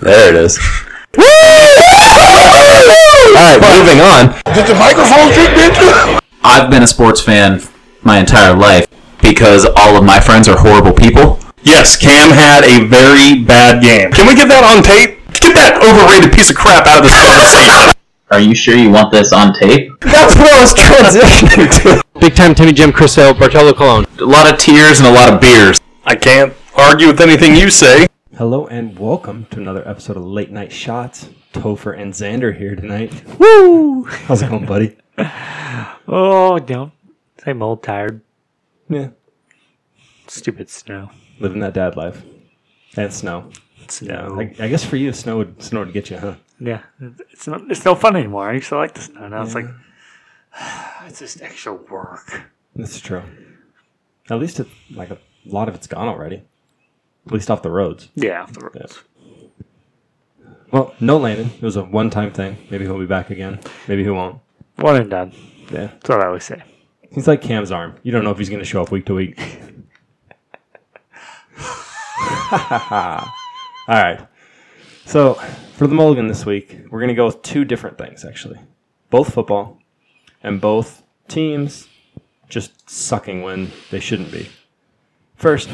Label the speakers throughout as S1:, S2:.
S1: There it is. All right, moving on.
S2: Did the microphone kick in?
S1: I've been a sports fan my entire life because all of my friends are horrible people.
S3: Yes, Cam had a very bad game. Can we get that on tape? Get that overrated piece of crap out of this conversation.
S4: Are you sure you want this on tape?
S1: That's what I was transitioning to.
S5: Big time Timmy Jim Crisell, Bartolo Colon.
S1: A lot of tears and a lot of beers.
S3: I can't argue with anything you say.
S6: Hello and welcome to another episode of Late Night Shots. Topher and Xander here tonight.
S7: Woo!
S6: How's it going, buddy?
S7: Oh, don't. I'm old, tired,
S6: Yeah,
S7: stupid snow.
S6: living that dad life. And snow.
S7: Snow.
S6: I, I guess for you, snow would snow would get you, huh?
S7: Yeah, it's not. It's no fun anymore. I used to like the snow. Now it's like it's just extra work.
S6: That's true. At least it, like a lot of it's gone already. At least off the roads.
S7: Yeah, off the roads.
S6: Well, no landing. It was a one-time thing. Maybe he'll be back again. Maybe he won't.
S7: One and done.
S6: Yeah.
S7: That's what I always say.
S6: He's like Cam's arm. You don't know if he's going to show up week to week. All right. So, for the mulligan this week, we're going to go with two different things, actually. Both football and both teams just sucking when they shouldn't be. First,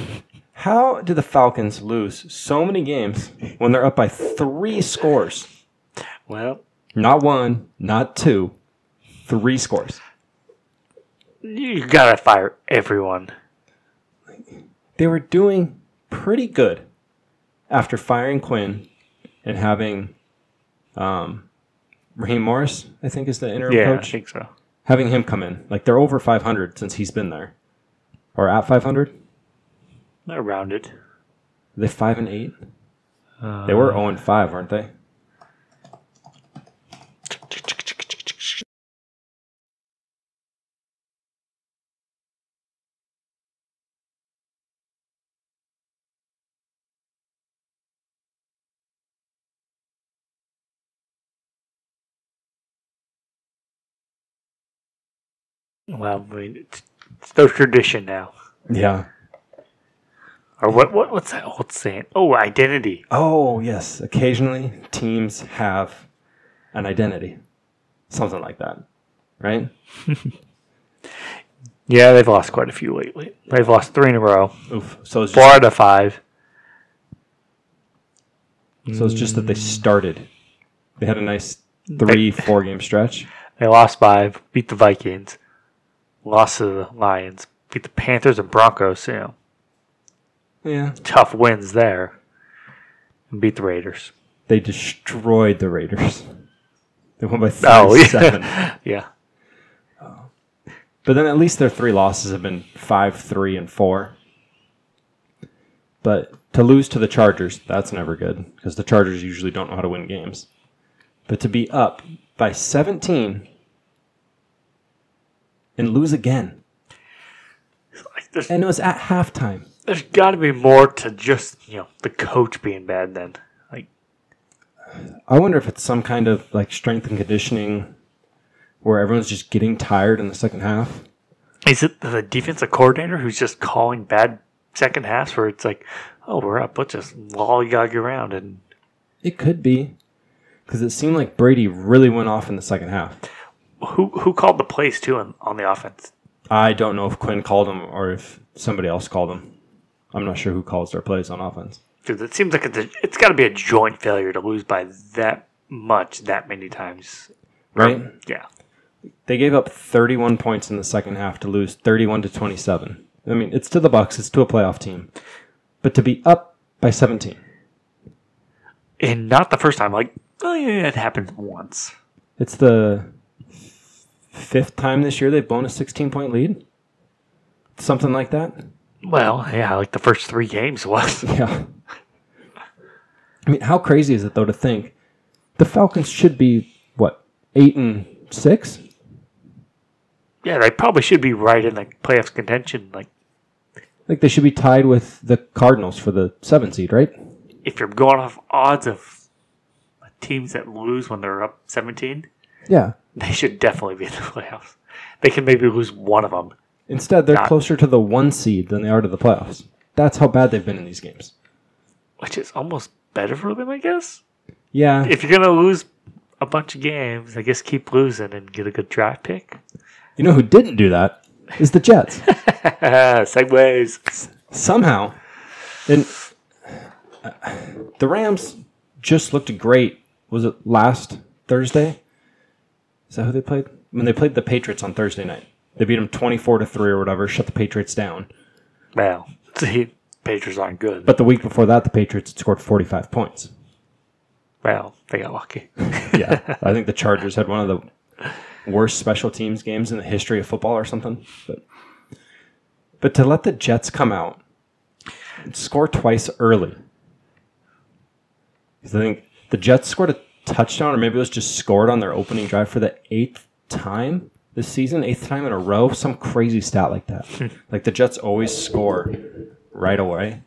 S6: how do the Falcons lose so many games when they're up by three scores?
S7: Well,
S6: Not one, not two, three scores.
S7: you gotta fire everyone.
S6: they were doing pretty good after firing Quinn and having um, Raheem Morris, I think is the interim
S7: Yeah, I
S6: coach,
S7: think so.
S6: having him come in. Like they're over 500 since he's been there, or at 500. Are
S7: Around it.
S6: they five and eight. they
S7: Uh,
S6: were 0 and five, weren't they?
S7: Um, Well, I mean, it's, it's no tradition now.
S6: Yeah.
S7: Or what? What? What's that old saying? Oh, identity.
S6: Oh yes. Occasionally, teams have an identity, something like that, right?
S7: Yeah, they've lost quite a few lately. They've lost three in a row.
S6: Oof. So it's just
S7: Four out of five.
S6: So it's just that they started. They had a nice three, four game stretch.
S7: They lost by beat the Vikings, lost to the Lions, beat the Panthers and Broncos. You know,
S6: Yeah.
S7: tough wins there. And beat the Raiders.
S6: They destroyed the Raiders. They won by
S7: Oh, yeah.
S6: 37.
S7: Yeah,
S6: But then at least their three losses have been 5, 3, and 4. But to lose to the Chargers, that's never good because the Chargers usually don't know how to win games. But to be up by 17 and lose again.
S7: like there's
S6: And it was at halftime.
S7: there's got to be more to just you know the coach being bad. Then like
S6: I wonder if it's some kind of like strength and conditioning where everyone's just getting tired in the second half.
S7: is it the defensive coordinator who's just calling bad second halves where it's like, oh, we're up, let's just lollygag around and
S6: It could be because it seemed like Brady really went off in the second half.
S7: who who called the plays too on, on the offense?
S6: I don't know if Quinn called him or if somebody else called him. I'm not sure who calls their plays on offense.
S7: Because it seems like it's, a, it's got to be a joint failure to lose by that much that many times.
S6: Right?
S7: Yeah.
S6: They gave up 31 points in the second half to lose 31 to 27. I mean, it's to the Bucks, it's to a playoff team. But to be up by 17.
S7: And not the first time. Like, oh, yeah, it happened once.
S6: It's the fifth time this year they've blown a 16 point lead. Something like that.
S7: Well, yeah, like the first three games was.
S6: Yeah. I mean, how crazy is it though to think the Falcons should be what eight and six?
S7: yeah, they probably should be right in like playoffs contention. Like,
S6: Like they should be tied with the Cardinals for the seven seed, right?
S7: if you're going off odds of teams that lose when they're up 17,
S6: Yeah.
S7: they should definitely be in the playoffs. They can maybe lose one of them.
S6: Instead, they're
S7: Not-
S6: closer to the one seed than they are to the playoffs. That's how bad they've been in these games.
S7: which is almost better for them, I guess.
S6: Yeah.
S7: If you're gonna lose a bunch of games, I guess keep losing and get a good draft pick.
S6: you know who didn't do that is the Jets.
S7: Uh, Segways.
S6: Somehow. And uh, the Rams just looked great. Was it last Thursday? Is that who they played? When they played the Patriots on Thursday night. They beat them 24 to 3 or whatever, shut the Patriots down.
S7: Well, the Patriots aren't good. But
S6: But the week before that, the Patriots had scored 45 points.
S7: well, they got lucky.
S6: Yeah. I think the Chargers had one of the worst special teams games in the history of football or something. But, but to let the Jets come out and score twice early, because I think the Jets scored a touchdown, or maybe it was just scored on their opening drive for the eighth time this season, eighth time in a row, some crazy stat like that. like the Jets always score right away.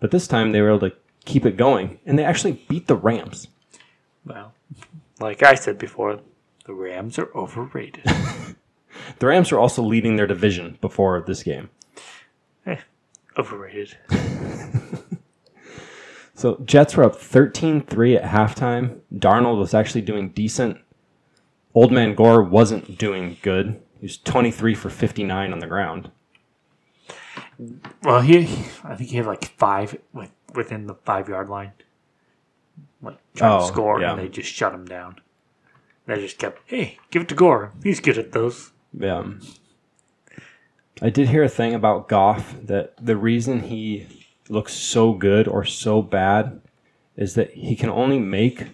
S6: But this time they were able to keep it going, and they actually beat the Rams.
S7: Well, like I said before, the Rams are overrated.
S6: The Rams are also leading their division before this game.
S7: overrated.
S6: So Jets were up 13-3 at halftime. Darnold was actually doing decent. Old man Gore wasn't doing good. He was 23 for 59 on the ground.
S7: Well, he, I think he had like five like within the five yard line, like trying
S6: Oh,
S7: to score,
S6: yeah.
S7: and they just shut him down. They just kept, hey, give it to Gore. He's good at those.
S6: Yeah. I did hear a thing about Goff that the reason he looks so good or so bad is that he can only make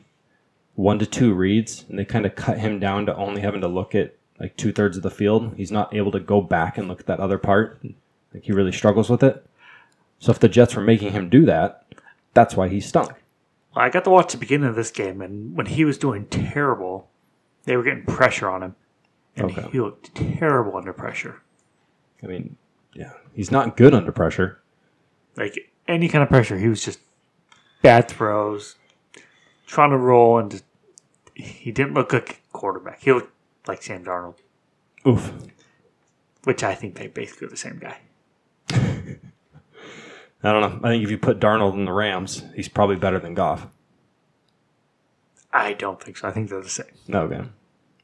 S6: one to two reads, and they kind of cut him down to only having to look at like two thirds of the field. He's not able to go back and look at that other part. Like he really struggles with it. So if the Jets were making him do that, that's why he stunk.
S7: I got to watch the beginning of this game, and when he was doing terrible, they were getting pressure on him, and
S6: Okay.
S7: he looked terrible under pressure.
S6: I mean, yeah, he's not good under pressure.
S7: Like any kind of pressure, he was just bad throws, trying to roll, and just, he didn't look like a quarterback. He looked like Sam Darnold,
S6: Oof.
S7: which I think they basically are the same guy.
S6: I don't know. I think if you put Darnold in the Rams, he's probably better than Goff.
S7: I don't think so. I think they're the same.
S6: Okay.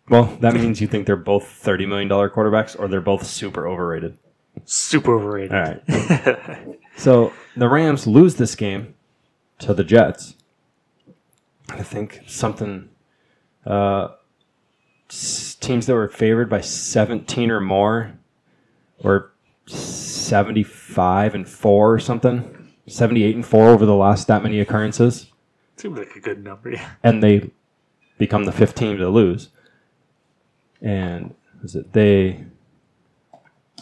S6: Well, that means you think they're both thirty million dollar quarterbacks, or they're both super overrated.
S7: Super overrated.
S6: All right. so the Rams lose this game to the Jets. I think something uh, s- teams that were favored by seventeen or more, or seventy five and four or something, seventy eight and four over the last that many occurrences
S7: Seems like a good number. Yeah.
S6: and they become the fifth team to lose. And is it they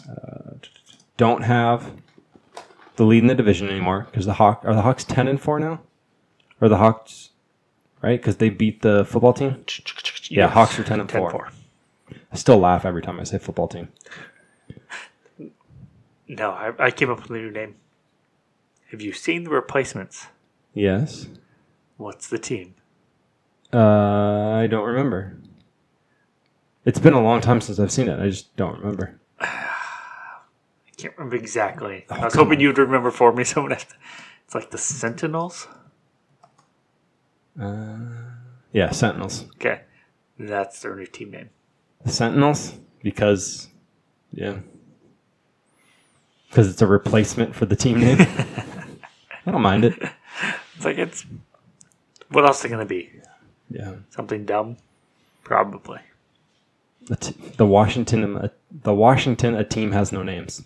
S6: uh, don't have the lead in the division anymore because the Hawk are the Hawks ten and four now, or the Hawks, right? Because they beat the football team. Yeah, Hawks are ten and
S7: 10
S6: four.
S7: 4.
S6: I still laugh every time I say football team.
S7: No, I, I came up with a new name. Have you seen the replacements?
S6: Yes,
S7: What's the team?
S6: uh, I don't remember. It's been a long time since I've seen it. I just don't remember.
S7: I can't remember exactly.
S6: Oh,
S7: I was hoping you'd remember for me. Someone has to. It's like the Sentinels.
S6: Uh, Yeah, Sentinels.
S7: Okay. That's their new team name.
S6: the Sentinels because, yeah, because it's a replacement for the team name. I don't mind it.
S7: It's like, it's. What else are going to be?
S6: Yeah,
S7: Something dumb? Probably.
S6: the, t- the Washington, um, the Washington, a team has no names.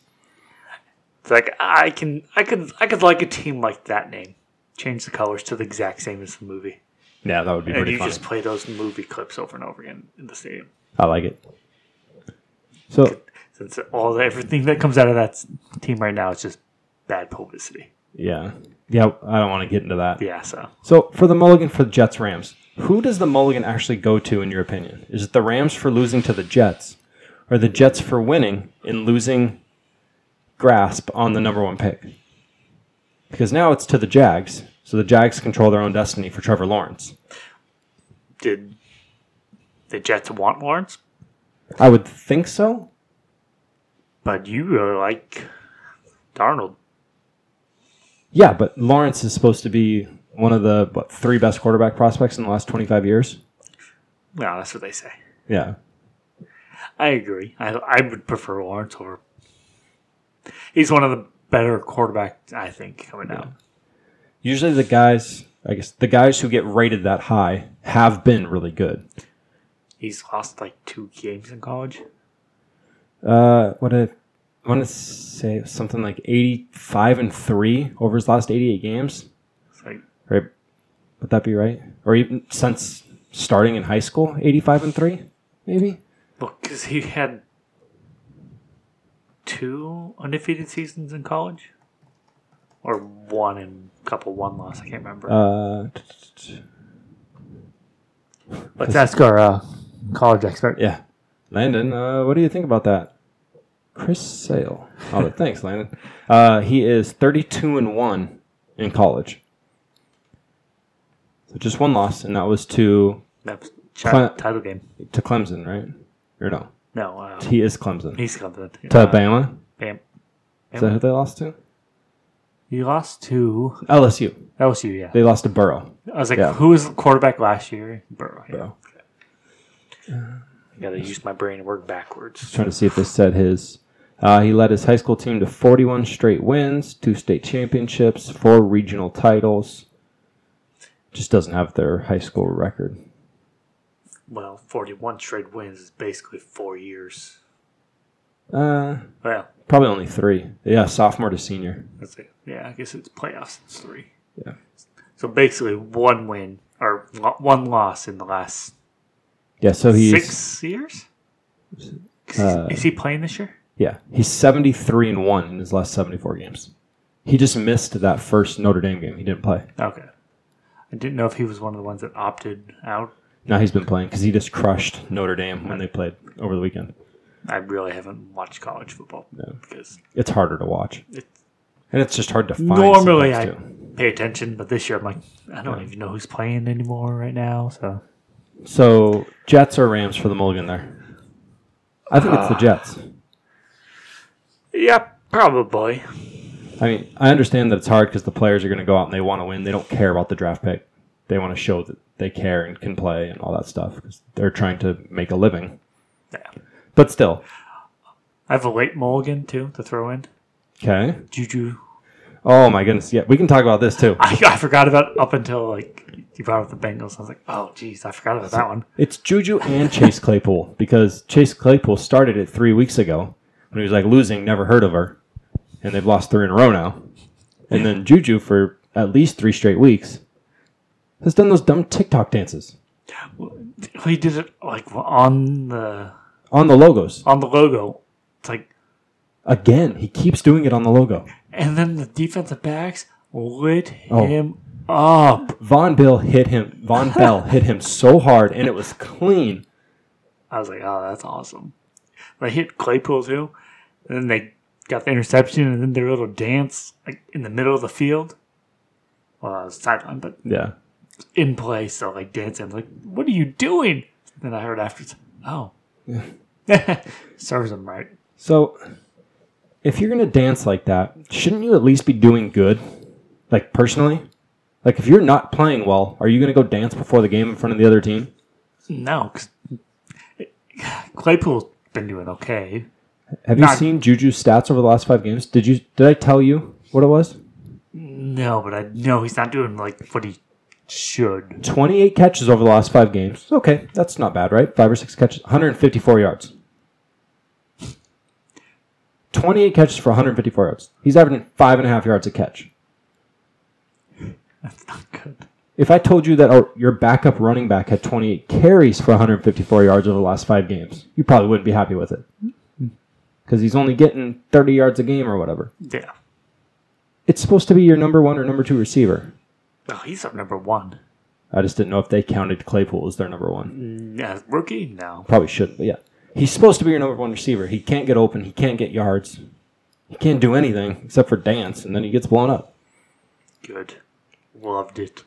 S7: It's like I can, I could, I could like a team like that name. Change the colors to the exact same as the movie,
S6: Yeah, that would be
S7: and
S6: pretty
S7: you
S6: fun.
S7: just play those movie clips over and over again in the stadium.
S6: I like it. So
S7: Since all the, everything that comes out of that s- team right now is just bad publicity.
S6: yeah, yeah, I don't want to get into that.
S7: Yeah, so
S6: So for the mulligan for the Jets Rams, who does the mulligan actually go to in your opinion? Is it the Rams for losing to the Jets or the Jets for winning and losing grasp on the number 1 pick? Because now it's to the Jags, so the Jags control their own destiny for Trevor Lawrence.
S7: did the Jets want Lawrence?
S6: I would think so.
S7: But you really like Darnold.
S6: Yeah, but Lawrence is supposed to be one of the what, three best quarterback prospects in the last 25 years.
S7: No, that's what they say.
S6: Yeah.
S7: I agree. I, I would prefer Lawrence over. He's one of the better quarterbacks, I think, coming out.
S6: Usually the guys, I guess, the guys who get rated that high have been really good.
S7: He's lost like two games in college.
S6: Uh, what I want to say something like 85 and 3 over his last 88 games.
S7: It's like
S6: Right. Would that be right? Or even since starting in high school, 85 and 3, maybe?
S7: Well, because he had two undefeated seasons in college, or one and a couple one loss. I can't remember.
S6: Uh, t- t- t-
S7: Let's ask our uh, college expert.
S6: yeah. Landon, uh, what do you think about that? Chris Sale. Oh, thanks, Landon. Uh, he is 32 and 1 in college. So just one loss, and that was to
S7: That was chat,
S6: Clint-
S7: title game.
S6: to Clemson, right? Or no,
S7: No, uh,
S6: he is Clemson.
S7: he's got that.
S6: To Bama.
S7: Bam.
S6: Is that who they lost to?
S7: He lost to
S6: LSU.
S7: LSU. Yeah,
S6: They lost to Burrow.
S7: I was like,
S6: yeah.
S7: who was the quarterback last year? Burrow. Yeah.
S6: Burrow.
S7: I gotta use my brain and work backwards.
S6: trying to see if this said his. Uh, he led his high school team to 41 straight wins, two state championships, four regional titles. Just doesn't have their high school record.
S7: Well, forty-one straight wins is basically four years.
S6: Uh,
S7: Well,
S6: probably only three. Yeah, sophomore to senior.
S7: That's it. Yeah, I guess it's playoffs. It's three.
S6: Yeah.
S7: So basically, one win or lo- one loss in the last
S6: Yeah, so he's
S7: six years. Is,
S6: Uh,
S7: is he playing this year?
S6: yeah he's 73 and one in his last 74 games. He just missed that first Notre Dame game. He didn't play.
S7: Okay. I didn't know if he was one of the ones that opted out.
S6: Now he's been playing because he just crushed Notre Dame when they played over the weekend.
S7: I really haven't watched college football because
S6: It's harder to watch,
S7: It's-
S6: and it's just hard to find.
S7: normally I
S6: sometimes, too.
S7: pay attention, but this year I'm like, I don't even know who's playing anymore right now. So
S6: So Jets or Rams for the mulligan there? I think
S7: Uh,
S6: it's the Jets.
S7: yeah, probably.
S6: I mean, I understand that it's hard because the players are going to go out and they want to win. They don't care about the draft pick. They want to show that they care and can play and all that stuff because they're trying to make a living.
S7: Yeah.
S6: But still,
S7: I have a late mulligan too to throw in.
S6: okay.
S7: Juju
S6: Oh my goodness, yeah, we can talk about this too.
S7: I, I forgot about up until like you brought up the Bengals. I was like, oh geez, I forgot about that one.
S6: It's Juju and Chase Claypool because Chase Claypool started it three weeks ago when he was like losing, never heard of her, and they've lost three in a row now. And then Juju for at least three straight weeks has done those dumb TikTok dances
S7: He did it like on the
S6: on the logos
S7: on the logo. It's like,
S6: again. He keeps doing it on the logo.
S7: and then the defensive backs lit
S6: Oh.
S7: him up.
S6: Von Bill hit him. Von Bell hit him so hard, and it was clean.
S7: I was like, oh, that's awesome. They hit Claypool too, and then they got the interception, and then their little dance like in the middle of the field. Well, it was sideline, but
S6: Yeah,
S7: in play, so like dancing. Like, what are you doing? Then I heard afterwards, oh, serves him right.
S6: So, if you're gonna dance like that, shouldn't you at least be doing good? Like personally, like if you're not playing well, are you gonna go dance before the game in front of the other team?
S7: No, 'cause Claypool's been doing okay.
S6: Have you
S7: Not-
S6: seen Juju's stats over the last five games? Did you? Did I tell you what it was?
S7: No, but I no, he's not doing like what he should.
S6: 28 catches over the last five games. Okay, that's not bad, right? Five or six catches, 154 yards. 28 catches for 154 yards. He's averaging five and a half yards a catch.
S7: That's not good.
S6: If I told you that oh, your backup running back had 28 carries for 154 yards over the last five games, you probably wouldn't be happy with it. Because he's only getting 30 yards a game or whatever.
S7: Yeah.
S6: It's supposed to be your number one or number two receiver.
S7: Oh, he's our number one.
S6: I just didn't know if they counted Claypool as their number one.
S7: Yeah, rookie? No.
S6: Probably shouldn't, but yeah. He's supposed to be your number one receiver. He can't get open. He can't get yards. He can't do anything except for dance, and then he gets blown up.
S7: Good. Loved it.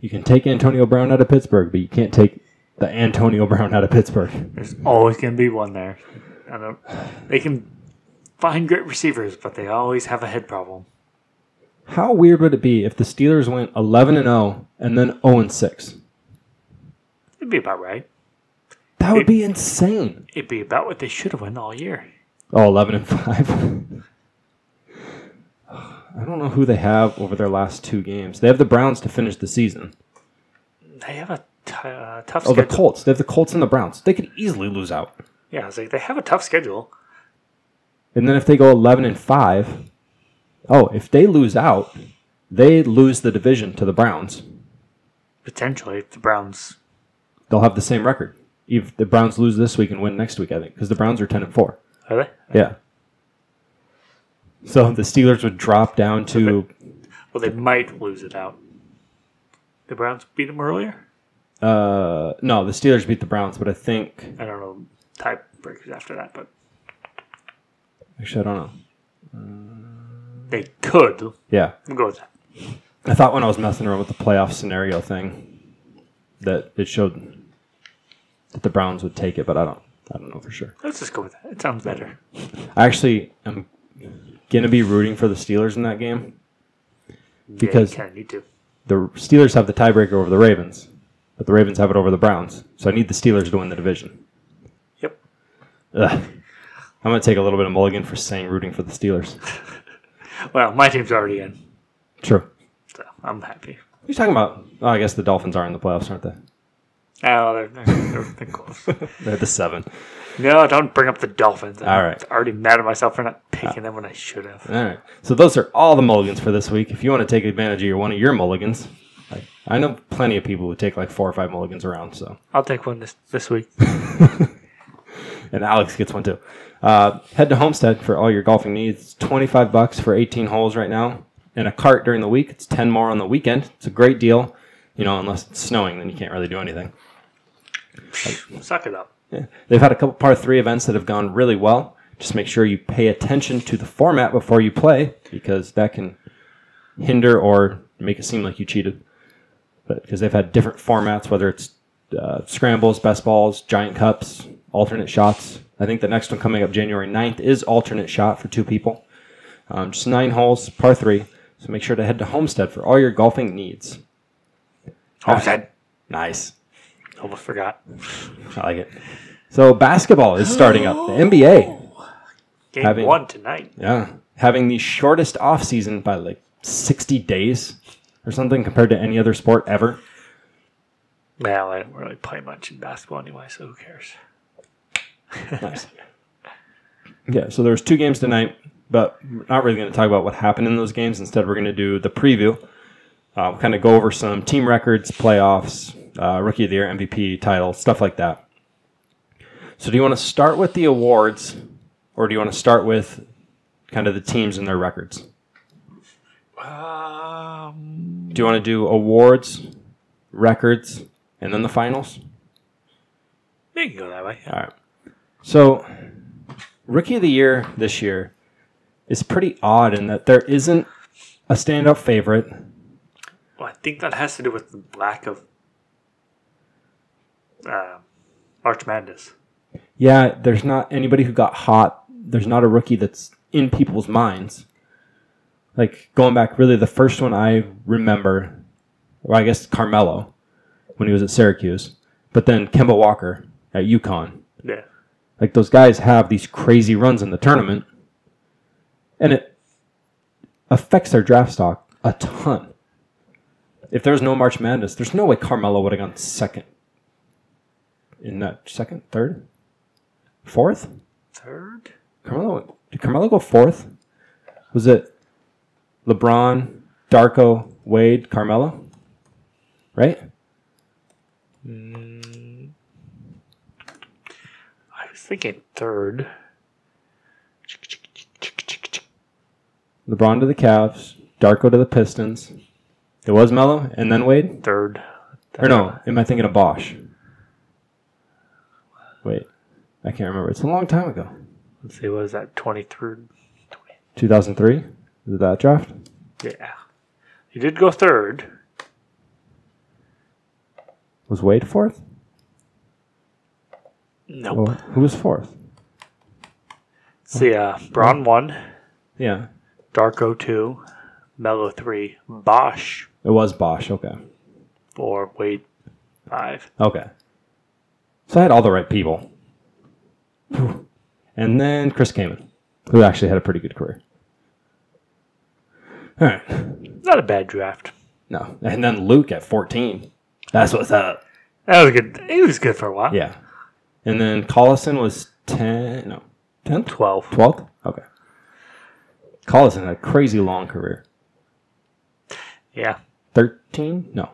S6: You can take Antonio Brown out of Pittsburgh, but you can't take the Antonio Brown out of Pittsburgh.
S7: There's always gonna be one there. I don't they can find great receivers, but they always have a head problem.
S6: How weird would it be if the Steelers went 11 and 0 and then 0 and 6?
S7: It'd be about right.
S6: That would be insane.
S7: It'd be about what they should have won all year.
S6: Oh, 11 and 5. I don't know who they have over their last two games. They have the Browns to finish the season.
S7: They have a t- uh, tough
S6: Oh, the
S7: schedule.
S6: Colts. They have the Colts and the Browns. They could easily lose out.
S7: Yeah, I was like, they have a tough schedule.
S6: And then if they go 11 and 5, oh, if they lose out, they lose the division to the Browns.
S7: Potentially, the Browns.
S6: They'll have the same record. If the Browns lose this week and win next week, I think, because the Browns are 10 and 4.
S7: Are they?
S6: Yeah. So the Steelers would drop down to
S7: Well, they might lose it out. The Browns beat them earlier.
S6: uh no, the Steelers beat the Browns, but I think
S7: I don't know tiebreakers after that, but
S6: actually I don't know.
S7: they could
S6: Yeah.
S7: go with that.
S6: I thought when I was messing around with the playoff scenario thing that it showed that the Browns would take it, but I don't I don't know for sure.
S7: Let's just go with that. It sounds better.
S6: I actually am gonna be rooting for the Steelers in that game. Because-
S7: yeah, you kind of need to.
S6: The Steelers have the tiebreaker over the Ravens, but the Ravens have it over the Browns. So I need the Steelers to win the division.
S7: Yep.
S6: Ugh. I'm gonna take a little bit of mulligan for saying rooting for the Steelers.
S7: Well, my team's already in,
S6: True. What
S7: so I'm happy.
S6: are you talking about? Oh, I guess the Dolphins are in the playoffs, aren't they?
S7: Oh, they're, they're, they're, they're close.
S6: They're the seven.
S7: no, don't bring up the Dolphins. I'm
S6: All right. Uh.
S7: already mad at myself for not picking them when I should have.
S6: All right. So those are all the mulligans for this week. If you want to take advantage of your one of your mulligans, like, I know plenty of people who take like four or five mulligans around. So
S7: I'll take one this this week.
S6: and Alex gets one too. Uh, head to Homestead for all your golfing needs. It's 25 bucks for 18 holes right now, and a cart during the week. It's 10 more on the weekend. It's a great deal. You know, unless it's snowing, then you can't really do anything.
S7: Suck it up.
S6: They've had a couple par three events that have gone really well. Just make sure you pay attention to the format before you play because that can hinder or make it seem like you cheated. But because they've had different formats, whether it's uh, scrambles, best balls, giant cups, alternate shots. I think the next one coming up January 9th is alternate shot for two people. Um, just nine holes, par three. So make sure to head to Homestead for all your golfing needs.
S7: Homestead.
S6: Nice.
S7: Almost forgot.
S6: I like it. So basketball is starting up. The NBA.
S7: Game
S6: Having-
S7: one tonight.
S6: Yeah. Having the shortest off season by like 60 days or something compared to any other sport ever.
S7: Well, I don't really play much in basketball anyway, so who cares?
S6: Nice. yeah, so there's two games tonight, but we're not really going to talk about what happened in those games. Instead, we're going to do the preview. Uh, we'll kind of go over some team records, playoffs, uh, rookie of the year, MVP title, stuff like that. So, do you want to start with the awards, or do you want to start with kind of the teams and their records?
S7: Um,
S6: Do you want to do awards, records, and then the finals?
S7: they can go that way.
S6: All right. So, rookie of the year this year is pretty odd in that there isn't a standout favorite.
S7: Well, I think that has to do with the lack of uh, March Madness.
S6: Yeah, there's not anybody who got hot. There's not a rookie that's in people's minds. Like going back, really, the first one I remember, well, I guess Carmelo when he was at Syracuse, but then Kemba Walker at UConn.
S7: Yeah.
S6: Like those guys have these crazy runs in the tournament, and it affects their draft stock a ton. If there's no March Madness, there's no way Carmelo would have gone second. In that second, third, fourth,
S7: Third?
S6: Carmelo did Carmelo go fourth? Was it LeBron, Darko, Wade, Carmelo? Right?
S7: I was thinking third.
S6: LeBron to the Cavs, Darko to the Pistons. It was Melo and then Wade.
S7: Third.
S6: Or no, am I thinking of Bosch? Wait, I can't remember. It's a long time ago.
S7: Let's see, what is that? 23rd?
S6: 2003? Is it that draft?
S7: Yeah. He did go third.
S6: Was Wade fourth?
S7: Nope.
S6: Or who was fourth?
S7: See, uh, Braun one,
S6: Yeah.
S7: Darko two, Mello three, Bosch
S6: It was Bosch. Okay.
S7: four, Wade five.
S6: Okay. So I had all the right people. Whew. And then Chris Kamen, who actually had a pretty good career. All right.
S7: Not a bad draft.
S6: No. And then Luke at 14. That's what's up.
S7: That was good. He was good for a while.
S6: Yeah. And then Collison was 10, no, 10th?
S7: Twelve.
S6: 12th? Okay. Collison had a crazy long career.
S7: Yeah.
S6: 13? No.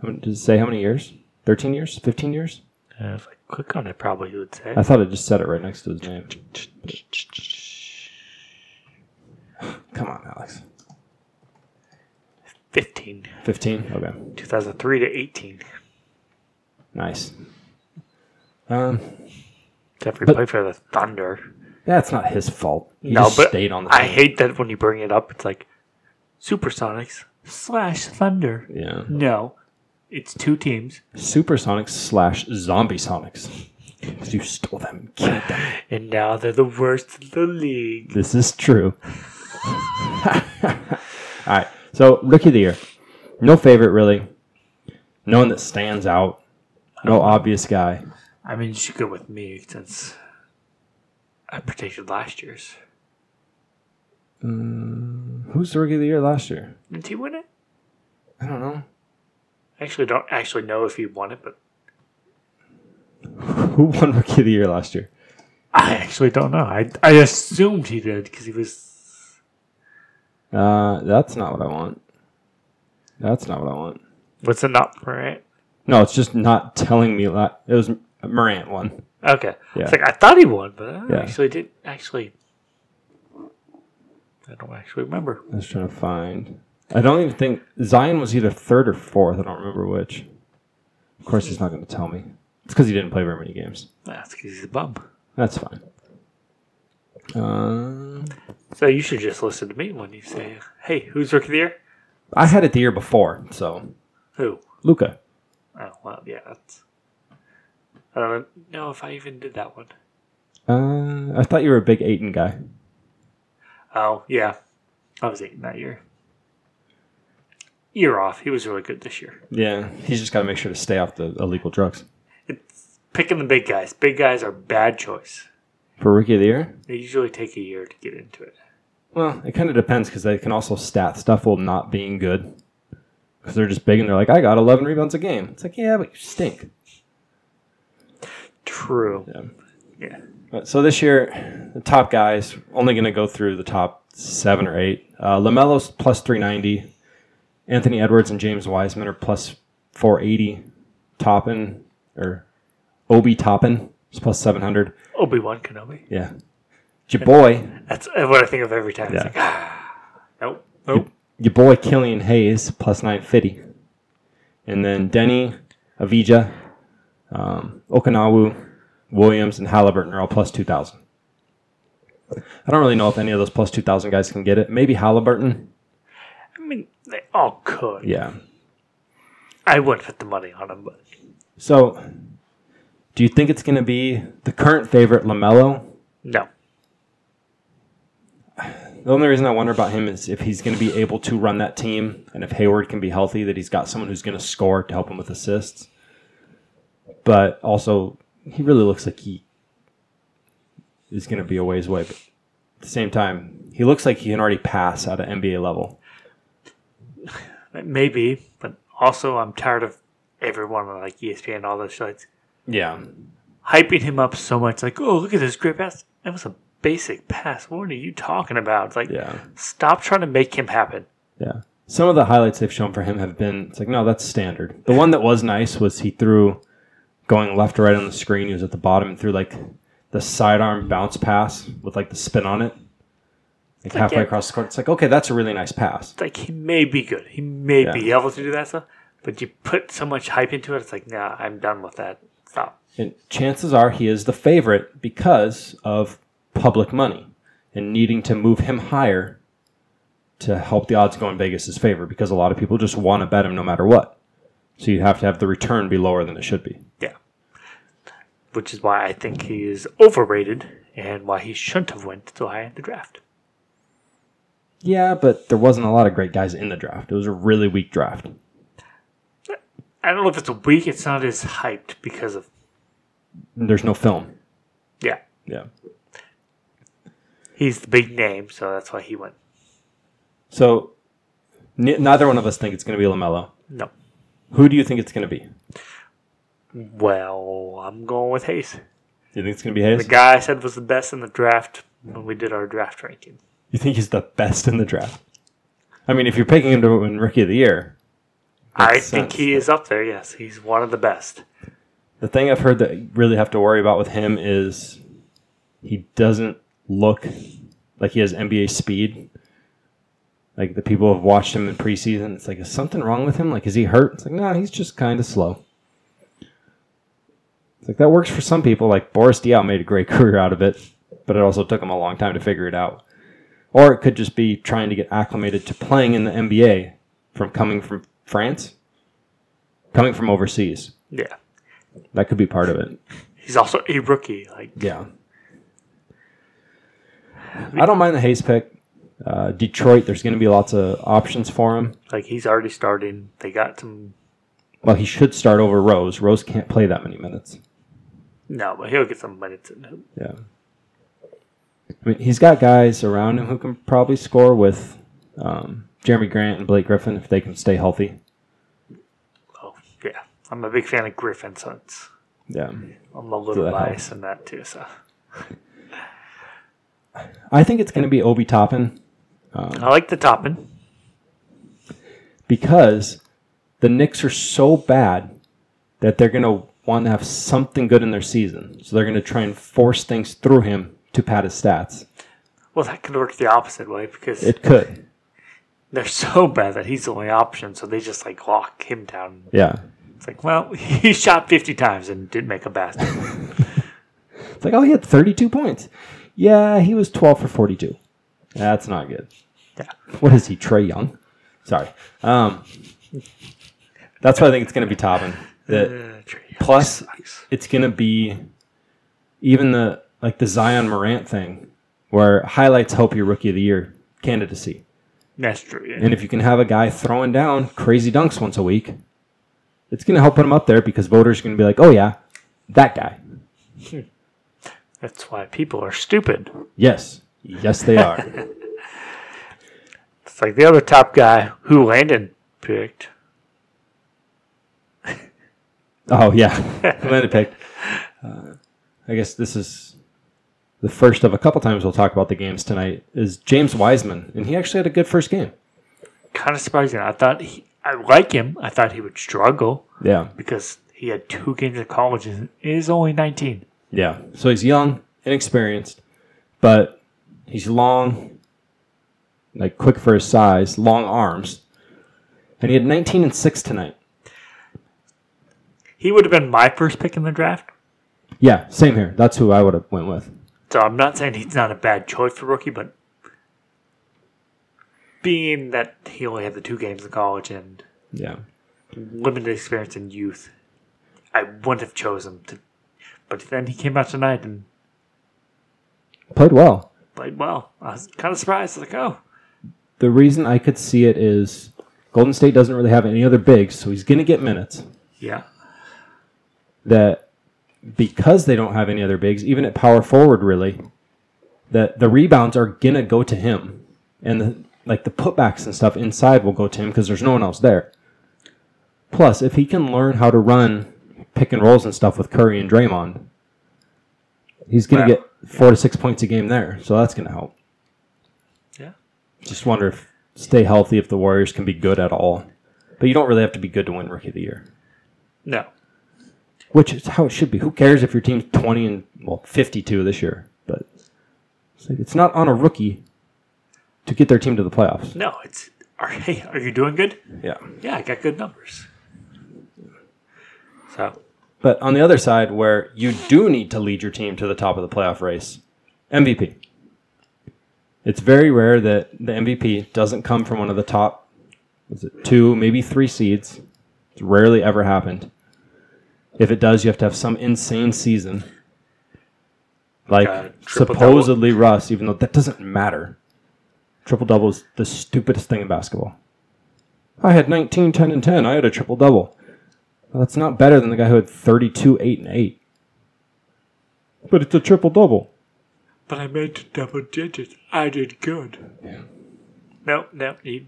S6: How many- Did it say how many years? 13 years? 15 years?
S7: Uh, if I click on it, probably you would say.
S6: I thought it just said it right next to his name. Come on, Alex.
S7: 15.
S6: 15? Okay.
S7: 2003 to 18.
S6: Nice. Um,
S7: Jeffrey
S6: But-
S7: played for the Thunder.
S6: that's not his fault. He
S7: no,
S6: just
S7: but
S6: stayed on the
S7: I
S6: team.
S7: hate that when you bring it up, it's like Supersonics slash Thunder.
S6: Yeah.
S7: No, it's two teams,
S6: Supersonics slash Zombie Sonics. 'Cause you stole them and killed them.
S7: and now they're the worst in the league.
S6: This is true. All right. So, Rookie of the Year. No favorite, really. No one that stands out. No obvious guy.
S7: I mean, you should go with me since I predicted last year's.
S6: Who's the Rookie of the Year last year?
S7: Didn't he win it?
S6: I don't know.
S7: I actually don't actually know if he won it, but
S6: Who won Rookie of the Year last year?
S7: I actually don't know. I, I assumed he did because he was
S6: Uh, that's not what I want. That's not what I want.
S7: what's it not right?
S6: No, it's just not telling me. La- it was Morant one.
S7: Okay.
S6: Yeah.
S7: It's like I thought he won, but I
S6: Yeah.
S7: actually did actually. I don't actually remember.
S6: I was trying to find. I don't even think Zion was either third or fourth. I don't remember which. Of course, he's not going to tell me. It's because he didn't play very many games.
S7: That's because he's a bum.
S6: That's fine. Um,
S7: So you should just listen to me when you say, "Hey, who's rookie of the year?"
S6: I had it the year before, so
S7: Who?
S6: Luca.
S7: Oh well, yeah. That's, I don't know if I even did that one.
S6: Uh, I thought you were a big Aiton guy.
S7: Oh yeah, I was eight that year. Year off. He was really good this year.
S6: Yeah, he's just got to make sure to stay off the illegal drugs.
S7: It's picking the big guys. Big guys are bad choice.
S6: For rookie of the year,
S7: They usually take a year to get into it.
S6: Well, it kind of depends because they can also stat stuff while not being good. Because they're just big and they're like, I got 11 rebounds a game. It's like, yeah, but you stink.
S7: True.
S6: But- so this year, the top guys, only going to go through the top seven or eight. Uh, LaMelo's plus 390. Anthony Edwards and James Wiseman are plus 480. Toppin, or Obi Toppin, is plus 700.
S7: Obi Wan Kenobi.
S6: Yeah. Your boy,
S7: That's uh, what I think of every time. It's
S6: Yeah.
S7: like, ah, nope, nope.
S6: your boy Killian Hayes plus 950. And then Denny, Avija, um, Okinawu, Williams, and Halliburton are all plus 2,000. I don't really know if any of those plus 2,000 guys can get it. Maybe Halliburton.
S7: I mean, they all could.
S6: Yeah.
S7: I would put the money on him, but
S6: So do you think it's going to be the current favorite, LaMelo?
S7: no.
S6: The only reason I wonder about him is if he's going to be able to run that team and if Hayward can be healthy, that he's got someone who's going to score to help him with assists. But also, he really looks like he is going to be a ways away. But at the same time, he looks like he can already pass at an NBA level.
S7: Maybe, but also I'm tired of everyone on like E ESPN and all those sites
S6: Yeah.
S7: hyping him up so much. Like, oh, look at this great pass. That was a basic pass. What are you talking about? It's like,
S6: Yeah.
S7: stop trying to make him happen.
S6: Yeah. Some of the highlights they've shown for him have been, it's like, no, that's standard. The one that was nice was he threw going left to right on the screen. He was at the bottom and threw like the sidearm bounce pass with like the spin on it. Like halfway
S7: yeah.
S6: across the court. It's like, okay, that's a really nice pass.
S7: It's like he may be good. He may
S6: Yeah.
S7: be able to do that stuff, but you put so much hype into it. It's like, nah, I'm done with that. Stop.
S6: And chances are he is the favorite because of public money and needing to move him higher to help the odds go in Vegas' favor because a lot of people just want to bet him no matter what. So you have to have the return be lower than it should be.
S7: Yeah. Which is why I think he is overrated and why he shouldn't have went so high in the draft.
S6: Yeah, but there wasn't a lot of great guys in the draft. It was a really weak draft.
S7: I don't know if it's a week. It's not as hyped because of
S6: There's no film.
S7: yeah.
S6: Yeah.
S7: He's the big name, so that's why he went.
S6: So n- neither one of us think it's going to be Lamelo.
S7: No.
S6: Who do you think it's going to be?
S7: Well, I'm going with Hayes.
S6: You think it's going to be
S7: The
S6: Hayes?
S7: guy I said was the best in the draft when we did our draft ranking.
S6: you think he's the best in the draft? I mean, if you're picking him to win Rookie of the Year,
S7: I
S6: Makes
S7: think
S6: sense.
S7: he is up there. Yes, he's one of the best.
S6: the thing I've heard that you really have to worry about with him is he doesn't look like he has NBA speed. Like the people have watched him in preseason. It's like, is something wrong with him? Like, is he hurt? It's like, no, he's just kind of slow. It's like that works for some people. Like Boris Diaw made a great career out of it, but it also took him a long time to figure it out. Or it could just be trying to get acclimated to playing in the NBA from coming from France, coming from overseas.
S7: Yeah,
S6: That could be part of it.
S7: he's also a rookie. Like
S6: Yeah. I don't mind the Hayes pick. Uh, Detroit, there's going to be lots of options for him.
S7: like he's already starting. They got some.
S6: Well, he should start over Rose. Rose can't play that many minutes.
S7: No, but he'll get some minutes in him.
S6: Yeah. I mean, he's got guys around him who can probably score with um, Jeremy Grant and Blake Griffin if they can stay healthy.
S7: Oh yeah, I'm a big fan of Griffin, so it's,
S6: Yeah.
S7: I'm a little
S6: that
S7: biased in that too. So
S6: I think it's going to be Obi Toppin
S7: I like the Toppin.
S6: because the Knicks are so bad that they're going to want to have something good in their season. So they're going to try and force things through him to pad his stats.
S7: Well, that could work the opposite way because
S6: It could.
S7: they're so bad that he's the only option. So they just like lock him down.
S6: Yeah.
S7: It's like, well, he shot 50 times and didn't make a basket.
S6: It's like, oh, he had 32 points. Yeah, he was 12 for 42. That's not good.
S7: Yeah.
S6: What is he, Trey Young? Sorry. Um, that's why I think it's going to be Toppin. That
S7: Uh, Trey
S6: plus,
S7: Young's-
S6: it's gonna be even the like the Zion Morant thing, where highlights help your rookie of the year candidacy.
S7: That's true. Yeah.
S6: And if you can have a guy throwing down crazy dunks once a week, it's gonna help put him up there because voters are gonna be like, oh yeah, that guy.
S7: That's why people are stupid.
S6: Yes, yes they are.
S7: It's like the other top guy who Landon picked.
S6: oh yeah, Atlanta picked. Uh, I guess this is. The first of a couple times we'll talk about the games tonight is James Wiseman, and he actually had a good first game.
S7: Kind of surprising. I thought he, I like him. I thought he would struggle
S6: Yeah,
S7: because he had two games of college and is only 19.
S6: Yeah. So he's young, inexperienced, but he's long, like quick for his size, long arms. And he had 19 and 6 tonight.
S7: He would have been my first pick in the draft.
S6: Yeah, same here. That's who I would have went with.
S7: So I'm not saying he's not a bad choice for rookie, but being that he only had the two games of college and
S6: Yeah.
S7: limited experience in youth, I wouldn't have chosen him. To, but then he came out tonight and
S6: Played well.
S7: played well. I was kind of surprised. Like, oh,
S6: The reason I could see it is Golden State doesn't really have any other bigs, so he's going to get minutes.
S7: yeah.
S6: that because they don't have any other bigs, even at power forward, really, that the rebounds are gonna go to him, and the, like the putbacks and stuff inside will go to him because there's no one else there. Plus, if he can learn how to run pick and rolls and stuff with Curry and Draymond, he's gonna
S7: Wow.
S6: get four to six points a game there, so that's gonna help.
S7: Yeah.
S6: Just wonder if stay healthy if the Warriors can be good at all, but you don't really have to be good to win Rookie of the Year
S7: No.
S6: which is how it should be. Who cares if your team's 20 and, well, 52 this year? But it's, like, it's not on a rookie to get their team to the playoffs.
S7: No, it's are, hey, are you doing good?
S6: Yeah.
S7: Yeah, I got good numbers. So
S6: But on the other side, where you do need to lead your team to the top of the playoff race, MVP. It's very rare that the MVP doesn't come from one of the top is it two, maybe three seeds. It's rarely ever happened. If it does, you have to have some insane season. Like
S7: Got it. Triple-double.
S6: supposedly Russ, even though that doesn't matter. Triple double is the stupidest thing in basketball. I had 19, 10, and 10. I had a triple double. that's not better than the guy who had 32, 8, and 8. But it's a triple double.
S7: But I made it double digits. I did good. No, no, you. did-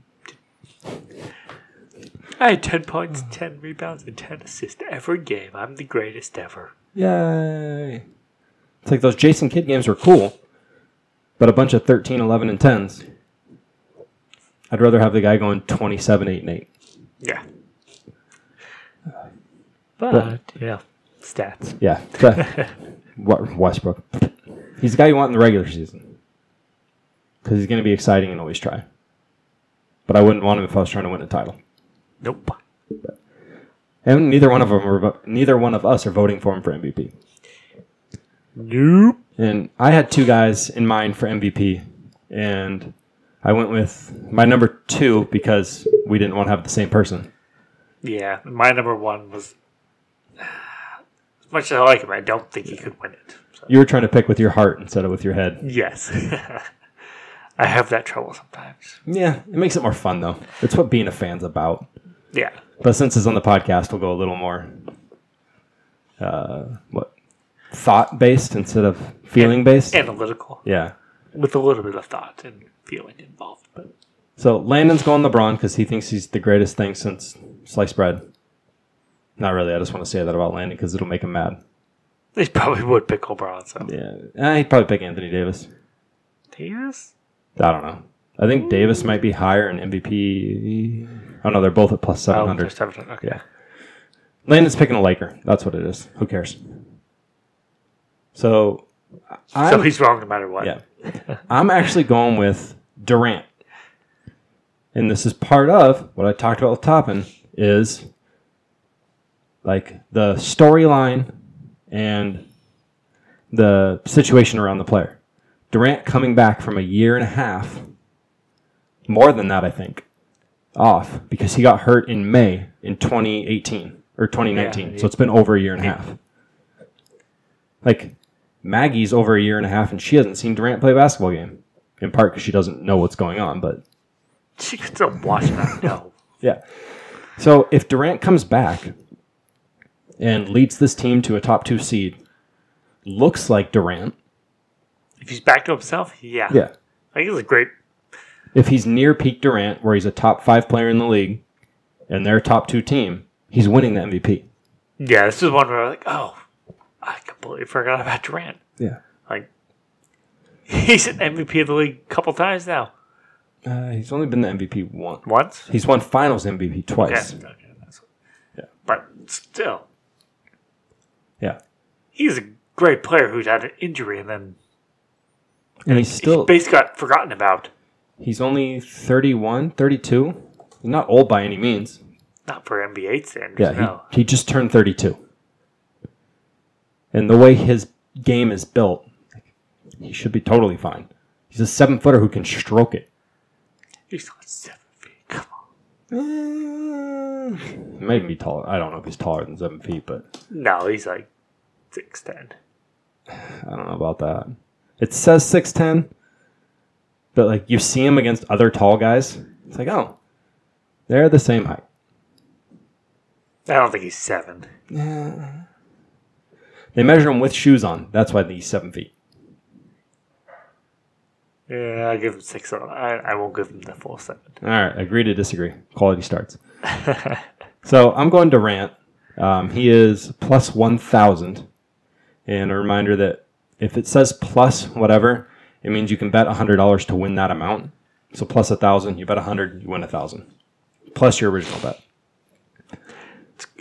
S7: I had 10 points, 10 rebounds, and 10 assists every game. I'm the greatest ever.
S6: Yay. It's like those Jason Kidd games were cool, but a bunch of 13, 11, and 10s. I'd rather have the guy going 27, 8, and 8.
S7: Yeah. But, yeah, stats.
S6: Yeah. Okay. Wa- Westbrook. He's the guy you want in the regular season. Because he's going to be exciting and always try. But I wouldn't want him if I was trying to win a title.
S7: Nope.
S6: And neither one of them are vo- neither one of us are voting for him for MVP.
S7: Nope.
S6: And I had two guys in mind for MVP, and I went with my number two because we didn't want to have the same person.
S7: Yeah, my number one was. As much as I like him, I don't think he could win it. So,
S6: You were trying to pick with your heart instead of with your head.
S7: yes. I have that trouble sometimes.
S6: Yeah, it makes it more fun though. It's what being a fan's about.
S7: Yeah.
S6: But since it's on the podcast, we'll go a little more uh, what thought based instead of feeling based.
S7: Analytical.
S6: Yeah.
S7: With a little bit of thought and feeling involved. But
S6: So Landon's going LeBron because he thinks he's the greatest thing since sliced bread. Not really. I just want to say that about Landon because it'll make him mad.
S7: They probably would pick LeBron. So
S6: Yeah, eh, he'd probably pick Anthony Davis.
S7: Davis,
S6: I don't know. I think Davis might be higher in MVP. Oh no, they're both at plus
S7: oh,
S6: seven
S7: there's
S6: hundred.
S7: seven. Okay,
S6: Yeah. Landon's picking a Laker. That's what it is. Who cares? So, I-
S7: so he's wrong no matter what.
S6: yeah, I'm actually going with Durant, and this is part of what I talked about with Toppin is like the storyline and the situation around the player. Durant coming back from a year and a half, more than that, I think, off because he got hurt in May in 2018 or 2019.
S7: Yeah.
S6: so it's been over a year and a half. Like Maggie's over a year and a half and she hasn't seen Durant play a basketball game, in part because she doesn't know what's going on. But
S7: she could still watch that. No,
S6: yeah. So if Durant comes back and leads this team to a top two seed, looks like Durant.
S7: if he's back to himself, yeah, I think it's a great.
S6: If he's near peak Durant, where he's a top five player in the league and their top two team, he's winning the MVP.
S7: Yeah, this is one where I'm like, oh, I completely forgot about Durant.
S6: Yeah.
S7: Like he's an MVP of the league a couple times now.
S6: Uh, he's only been the MVP once.
S7: Once,
S6: He's won finals MVP
S7: yeah,
S6: twice.
S7: okay, that's- but still,
S6: Yeah.
S7: he's a great player who's had an injury and then
S6: And he's still,
S7: he's basically got forgotten about.
S6: he's only 31, 32. He's not old by any means.
S7: Not for NBA standards,
S6: Yeah,
S7: no.
S6: he, he just turned 32. And the way his game is built, he should be totally fine. He's a seven footer who can stroke it.
S7: He's not seven feet. Come on.
S6: Maybe be taller. I don't know if he's taller than seven feet, but
S7: No, he's like six ten.
S6: I don't know about that. It says 6'10, but like you see him against other tall guys. It's like, oh, they're the same height.
S7: I don't think he's seven.
S6: They measure him with shoes on. That's why he's seven feet.
S7: Yeah, I give him six. on- I, I won't give him the full seven.
S6: All right, agree to disagree. Quality starts. so I'm going Durant. Um, he is plus 1,000. And a reminder that if it says plus whatever, it means you can bet $100 to win that amount. So plus 1,000, you bet 100, you win 1,000. Plus your original bet.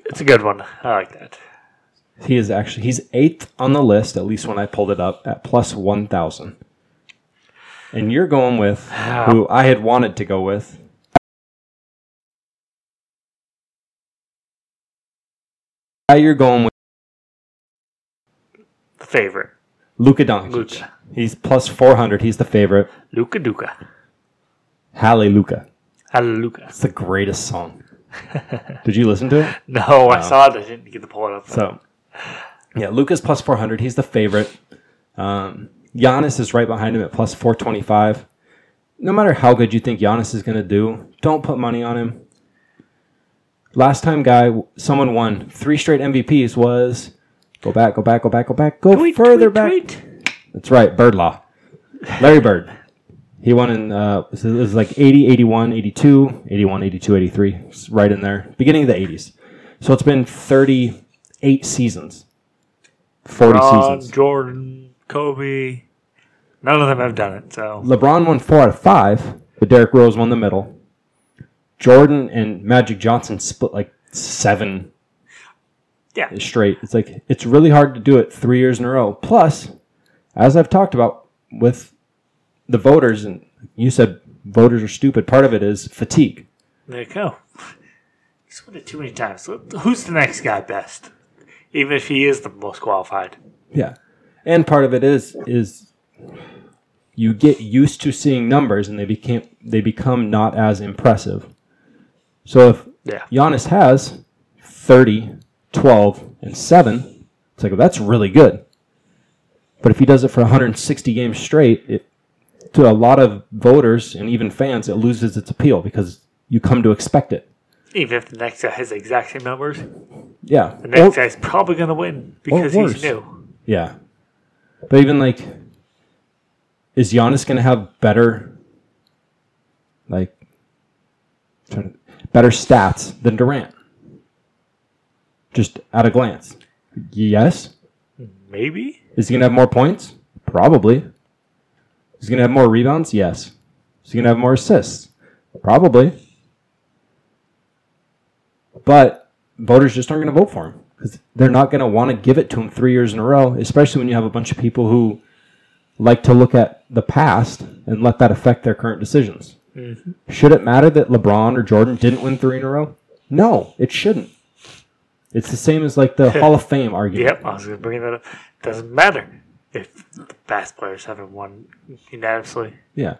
S7: It's a good one. I like that.
S6: He is actually, he's eighth on the list, at least when I pulled it up, at plus 1,000. And you're going with who I had wanted to go with, Now you're going with
S7: The favorite,
S6: Luka Doncic.
S7: Luka.
S6: He's plus 400. He's the favorite.
S7: Luca Duca.
S6: Hallelujah.
S7: Hallelujah.
S6: It's the greatest song. Did you listen to it?
S7: No, I saw it. I didn't get to pull it up.
S6: Oh. So, yeah, Luka's plus 400. He's the favorite. Um, Giannis is right behind him at plus 425. no matter how good you think Giannis is going to do, don't put money on him. Last time, guy, someone won three straight MVPs was go back, go back, go back, go back, go
S7: Tweet,
S6: further
S7: tweet,
S6: back.
S7: tweet.
S6: That's right, Birdlaw. Larry Bird. He won in, uh, it was like 80, 81, 82, 81, 82, 83. It's right in there. Beginning of the 80s. So it's been 38 seasons. 40
S7: Ron,
S6: seasons.
S7: Jordan, Kobe. None of them have done it. So
S6: LeBron won four out of five, but Derrick Rose won the middle. Jordan and Magic Johnson split like seven
S7: yeah,
S6: straight. It's like it's really hard to do it three years in a row. Plus, as I've talked about with the voters, and you said voters are stupid. Part of it is fatigue.
S7: there you go. He's won it too many times. Who's the next guy best? Even if he is the most qualified.
S6: Yeah, and part of it is is you get used to seeing numbers, and they became they become not as impressive. So if
S7: Yeah.
S6: Giannis has 30, 12, and 7. It's like, well, that's really good. But if he does it for 160 games straight, it, to a lot of voters and even fans, it loses its appeal because you come to expect it.
S7: Even if the next guy has the exact same numbers,
S6: Yeah.
S7: the next
S6: Or-
S7: guy's probably going to win because he's
S6: worse.
S7: new.
S6: yeah. But even like, is Giannis going to have better, like, trying to- better stats than Durant? Just at a glance. Yes.
S7: Maybe?
S6: Is he going to have more points? Probably. Is he going to have more rebounds? Yes. Is he going to have more assists? Probably. But voters just aren't going to vote for him because they're not going to want to give it to him three years in a row, especially when you have a bunch of people who like to look at the past and let that affect their current decisions. Should it matter that LeBron or Jordan didn't win three in a row? No, it shouldn't. It's the same as like the Hall of Fame argument.
S7: Yep, I was going to bring that up. Doesn't matter if the best players haven't won unanimously.
S6: Yeah.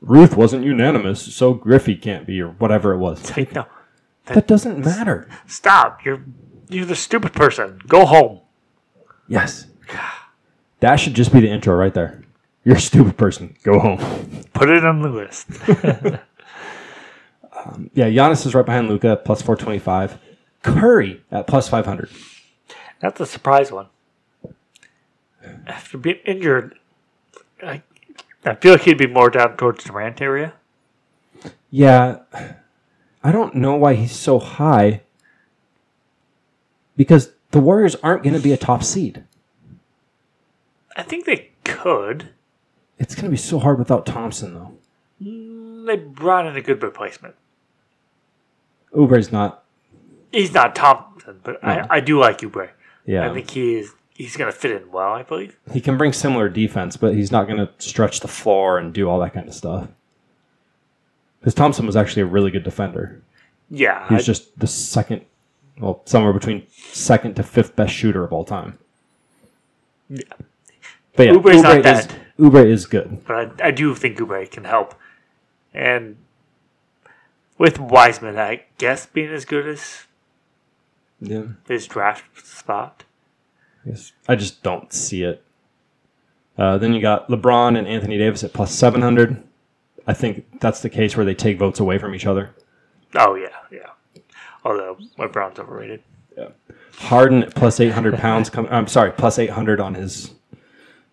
S6: Ruth wasn't unanimous, so Griffey can't be, or whatever it was.
S7: It's like, no,
S6: That doesn't matter.
S7: stop. You're you're the stupid person. Go home.
S6: Yes. That should just be the intro right there. You're a stupid person. Go home.
S7: Put it on the list.
S6: Yeah, Giannis is right behind Luca, plus 425. Curry at plus 500.
S7: That's a surprise one. After being injured, I, I feel like he'd be more down towards Durant area.
S6: Yeah. I don't know why he's so high because the Warriors aren't going to be a top seed.
S7: I think they could.
S6: It's going to be so hard without Thompson, though.
S7: They brought in a good replacement.
S6: Uber's not.
S7: He's not Thompson, but
S6: Mm-hmm.
S7: I, I do like Oubre.
S6: Yeah.
S7: I think he is. He's gonna fit in well. I believe.
S6: he can bring similar defense, but he's not going to stretch the floor and do all that kind of stuff. Because Thompson was actually a really good defender.
S7: Yeah,
S6: He
S7: I,
S6: was just the second, well, somewhere between second to fifth best shooter of all time. But yeah,
S7: Oubre's not
S6: Oubre is,
S7: bad.
S6: Oubre is good.
S7: but I, I do think Oubre can help. And with Wiseman, I guess being as good as
S6: Yeah,
S7: his draft spot.
S6: yes. I just don't see it. Uh, then you got LeBron and Anthony Davis at plus 700. I think that's the case where they take votes away from each other.
S7: Oh yeah, yeah. Although LeBron's overrated.
S6: Harden at plus 800 pounds. Com- I'm sorry, plus 800 on his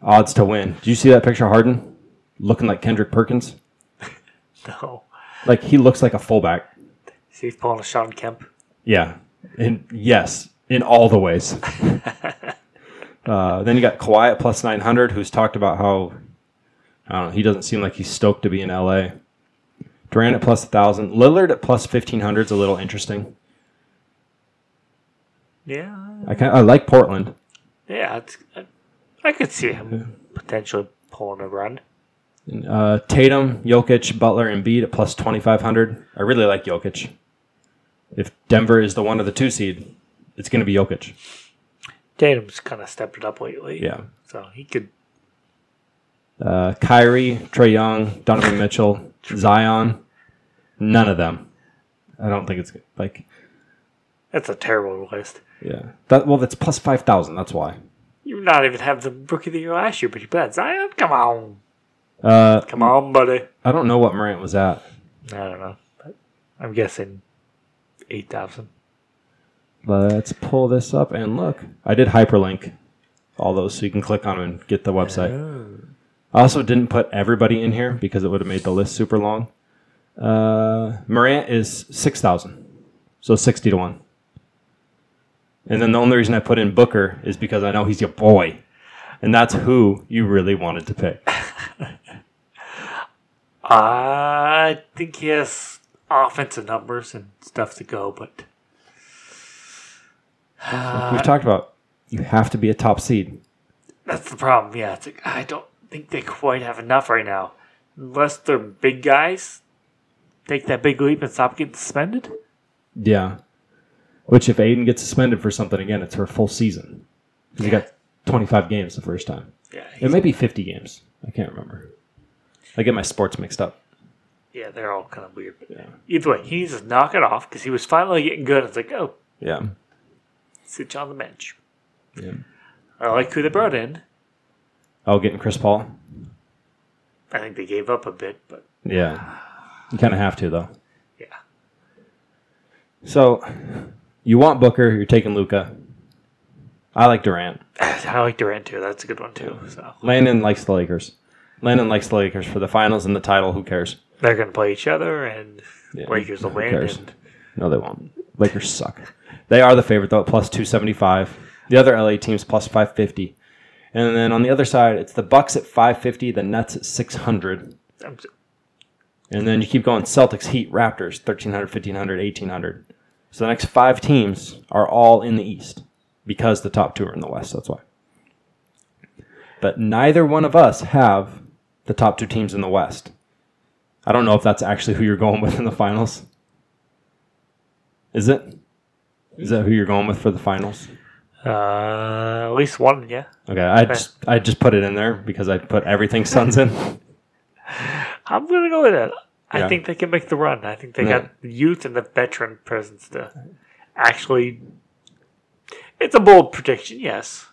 S6: odds to win. Did you see that picture of Harden looking like Kendrick Perkins?
S7: No,
S6: Like he looks like a fullback.
S7: is he pulling a Sean Kemp?
S6: Yeah. And yes, in all the ways. uh, then you got Kawhi at plus 900, who's talked about how, I don't know, he doesn't seem like he's stoked to be in LA. Durant at plus 1,000. Lillard at plus 1,500 is a little interesting.
S7: Yeah,
S6: I, kind I like Portland.
S7: yeah. It's, I, I could see him potentially pulling a run.
S6: Uh, Tatum, Jokic, Butler, and Embiid at plus 2,500. I really like Jokic. If Denver is the one of the two seed, it's going to be Jokic.
S7: Tatum's kind of stepped it up lately.
S6: Yeah.
S7: so he could.
S6: Uh, Kyrie, Trey Young, Donovan Mitchell, Zion. None of them. I don't think it's good. like,
S7: That's a terrible list.
S6: yeah. That Well, that's plus 5,000. That's why.
S7: You not even have the rookie of the year last year, but you put that Zion. Come on,
S6: Uh,
S7: Come on, buddy.
S6: I don't know what Morant was at.
S7: I don't know. But I'm guessing 8,000.
S6: Let's pull this up and look. I did hyperlink all those so you can click on them and get the website. I also didn't put everybody in here because it would have made the list super long. Uh, Morant is 6,000, so 60 to 1. And then the only reason I put in Booker is because I know he's your boy, and that's who you really wanted to pick.
S7: I think he has offensive numbers and stuff to go, but
S6: We've talked about you have to be a top seed.
S7: that's the problem. Yeah, it's like, I don't think they quite have enough right now. Unless they're big guys, take that big leap and stop getting suspended.
S6: Yeah. Which, if Aiden gets suspended for something again, it's her full season. Because he got 25 games the first time.
S7: Yeah, he's-
S6: It may be 50 games. I can't remember. I get my sports mixed up.
S7: yeah, they're all kind of weird. But Either way, he needs to knock it off because he was finally getting good. It's like, oh,
S6: Yeah.
S7: sit you on the bench.
S6: Yeah.
S7: I like who they brought in.
S6: Oh, getting Chris Paul?
S7: I think they gave up a bit, but
S6: Yeah. You kind of have to, though.
S7: yeah,
S6: So, you want Booker, you're taking Luca. I like Durant.
S7: I like Durant too. That's a good one too. So
S6: Landon likes the Lakers. Landon likes the Lakers for the finals and the title. Who cares?
S7: they're gonna play each other, and
S6: Yeah,
S7: Lakers will
S6: who
S7: win.
S6: cares?
S7: And
S6: No, they won't. Lakers suck. They are the favorite though, at plus two seventy five. The other LA teams plus five fifty. And then on the other side, it's the Bucks at five fifty, the Nets at six hundred.
S7: I'm s-
S6: And then you keep going Celtics, Heat, Raptors, 1300, 1500, 1800. So the next five teams are all in the East because the top two are in the West. That's why. But neither one of us have the top two teams in the West. I don't know if that's actually who you're going with in the finals. Is it? Is that who you're going with for the finals?
S7: uh, at least one, yeah.
S6: Okay, I just I just put it in there because I put everything Suns in.
S7: I'm gonna go with that.
S6: Yeah.
S7: I think they can make the run. I think they
S6: Yeah.
S7: got the youth and the veteran presence to actually. It's a bold prediction, yes,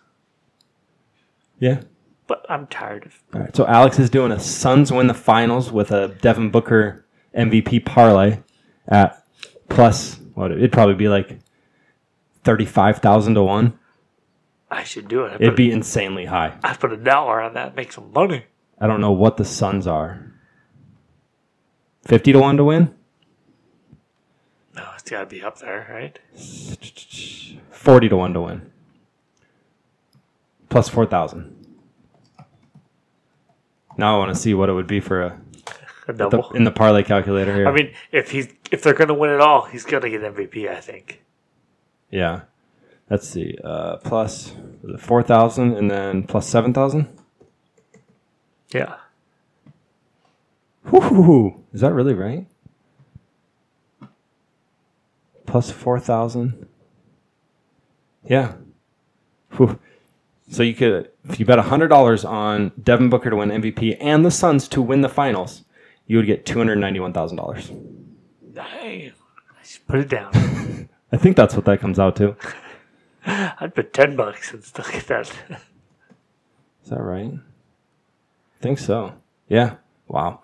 S6: Yeah.
S7: but I'm tired of.
S6: All right, so Alex is doing a Suns win the finals with a Devin Booker MVP parlay at plus what it'd probably be like thirty five thousand to one.
S7: I should do it. I
S6: It'd
S7: put,
S6: be insanely high.
S7: I put a dollar on that, make some money.
S6: I don't know what the Suns are. Fifty to one to win.
S7: No, it's got to be up there, right?
S6: Forty to one to win. Plus four thousand. Now I want to see what it would be for a
S7: A
S6: the,
S7: double.
S6: in the parlay calculator here.
S7: I mean, if he's if they're gonna win it all, he's gonna get MVP. I think.
S6: Yeah. Let's see. Uh, plus four thousand, and then plus seven thousand.
S7: Yeah.
S6: Whoo! Is that really right? Plus four thousand. Yeah. Whew. So you could, if you bet hundred dollars on Devin Booker to win MVP and the Suns to win the finals, you would get two hundred ninety-one thousand dollars.
S7: Damn. I should put it down.
S6: I think that's what that comes out to.
S7: I'd put ten bucks and still get that.
S6: Is that right? I think so. Yeah. Wow.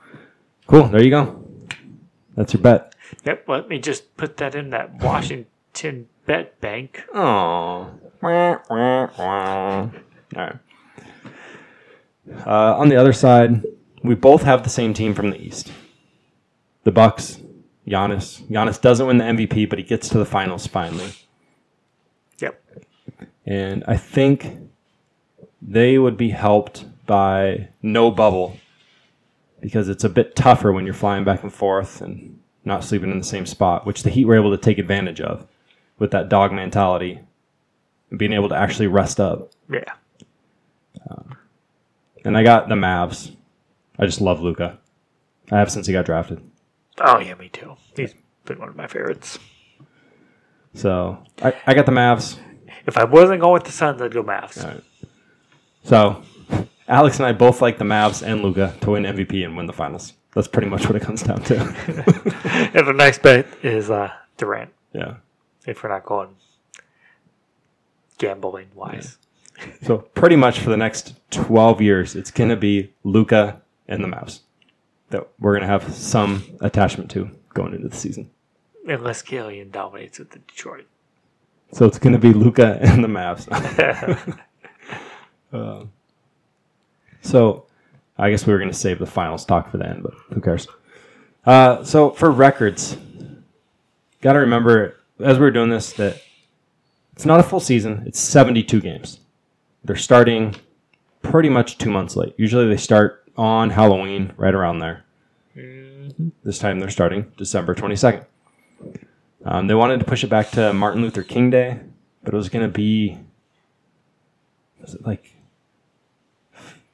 S6: Cool. There you go. That's your bet.
S7: yep. Let me just put that in that Washington bet bank.
S6: Oh. All right. Uh, on the other side, we both have the same team from the East. The Bucks, Giannis. Giannis doesn't win the MVP, but he gets to the finals finally.
S7: Yep.
S6: And I think they would be helped by no bubble because it's a bit tougher when you're flying back and forth and not sleeping in the same spot, which the Heat were able to take advantage of with that dog mentality and being able to actually rest up.
S7: Yeah.
S6: And I got the Mavs. I just love Luca. I have since he got drafted.
S7: Oh yeah, me too. He's been one of my favorites.
S6: So I, I got the Mavs.
S7: If I wasn't going with the Suns, I'd go Mavs.
S6: All right. So Alex and I both like the Mavs and Luca to win MVP and win the finals. That's pretty much what it comes down to.
S7: And the next bet is uh, Durant.
S6: yeah.
S7: If we're not going gambling wise,
S6: So pretty much for the next 12 years, it's going to be Luca, and the mouse that we're going to have some attachment to going into the season.
S7: Unless Killian dominates with the Detroit.
S6: So it's going to be Luca and the Mavs. Um, so I guess we were going to save the final stock for the end, but who cares? Uh, so for records, got to remember as we were doing this that it's not a full season, it's 72 games. They're starting pretty much two months late. Usually they start on Halloween, right around there. This time they're starting December 22nd. Um, they wanted to push it back to Martin Luther King Day, but it was going to be was it like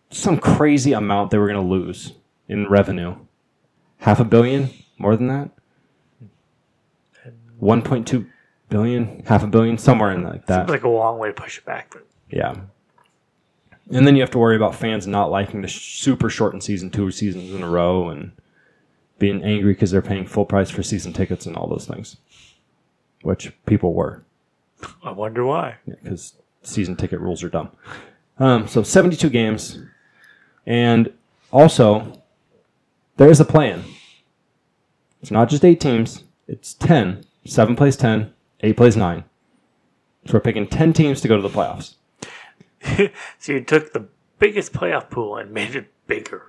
S6: some crazy amount they were going to lose in revenue? Half a billion? More than that? 1.2 billion? Half a billion? Somewhere in like that.
S7: Seems like a long way to push it back, but
S6: Yeah. And then you have to worry about fans not liking the sh- super shortened season two seasons in a row and being angry because they're paying full price for season tickets and all those things, which people were
S7: I wonder why.
S6: because season ticket rules are dumb. Um, so 72 games. And also, there is a plan. It's not just eight teams, it's 10. Seven plays 10, eight plays nine. So we're picking 10 teams to go to the playoffs.
S7: So you took the biggest playoff pool and made it bigger.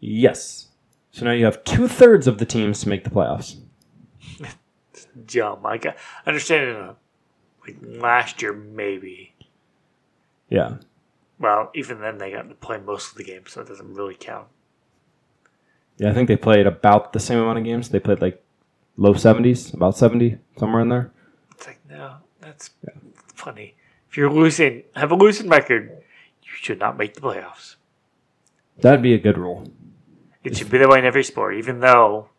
S6: Yes. So now you have two thirds of the teams to make the playoffs.
S7: Dumb. I got, I understand it. uh, Like last year, maybe.
S6: Yeah.
S7: Well, even then, they got to play most of the games, so it doesn't really count.
S6: Yeah, I think they played about the same amount of games. They played like low 70s, about 70, somewhere in there.
S7: It's like, no, that's funny. If you're losing, have a losing record, you should not make the playoffs.
S6: That'd be a good rule.
S7: It should be that way in every sport, even though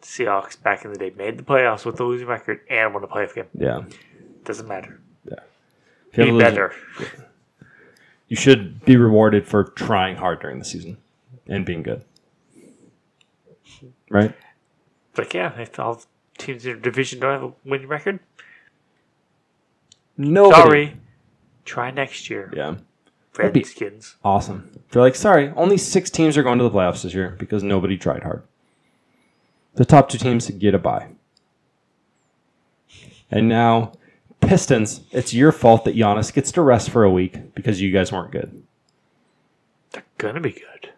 S7: Seahawks back in the day made the playoffs with a losing record and won a playoff game.
S6: Yeah.
S7: Doesn't matter.
S6: If you
S7: Be
S6: have a losing-
S7: better.
S6: you should be rewarded for trying hard during the season and being good. Right?
S7: But yeah, if all teams in your division don't have a winning record,
S6: No.
S7: sorry. Try next year.
S6: Yeah. that'd be-
S7: Redskins.
S6: Awesome. They're like, sorry, only six teams are going to the playoffs this year because nobody tried hard. The top two teams get a bye. And now, Pistons, it's your fault that Giannis gets to rest for a week because you guys weren't good.
S7: They're gonna be good.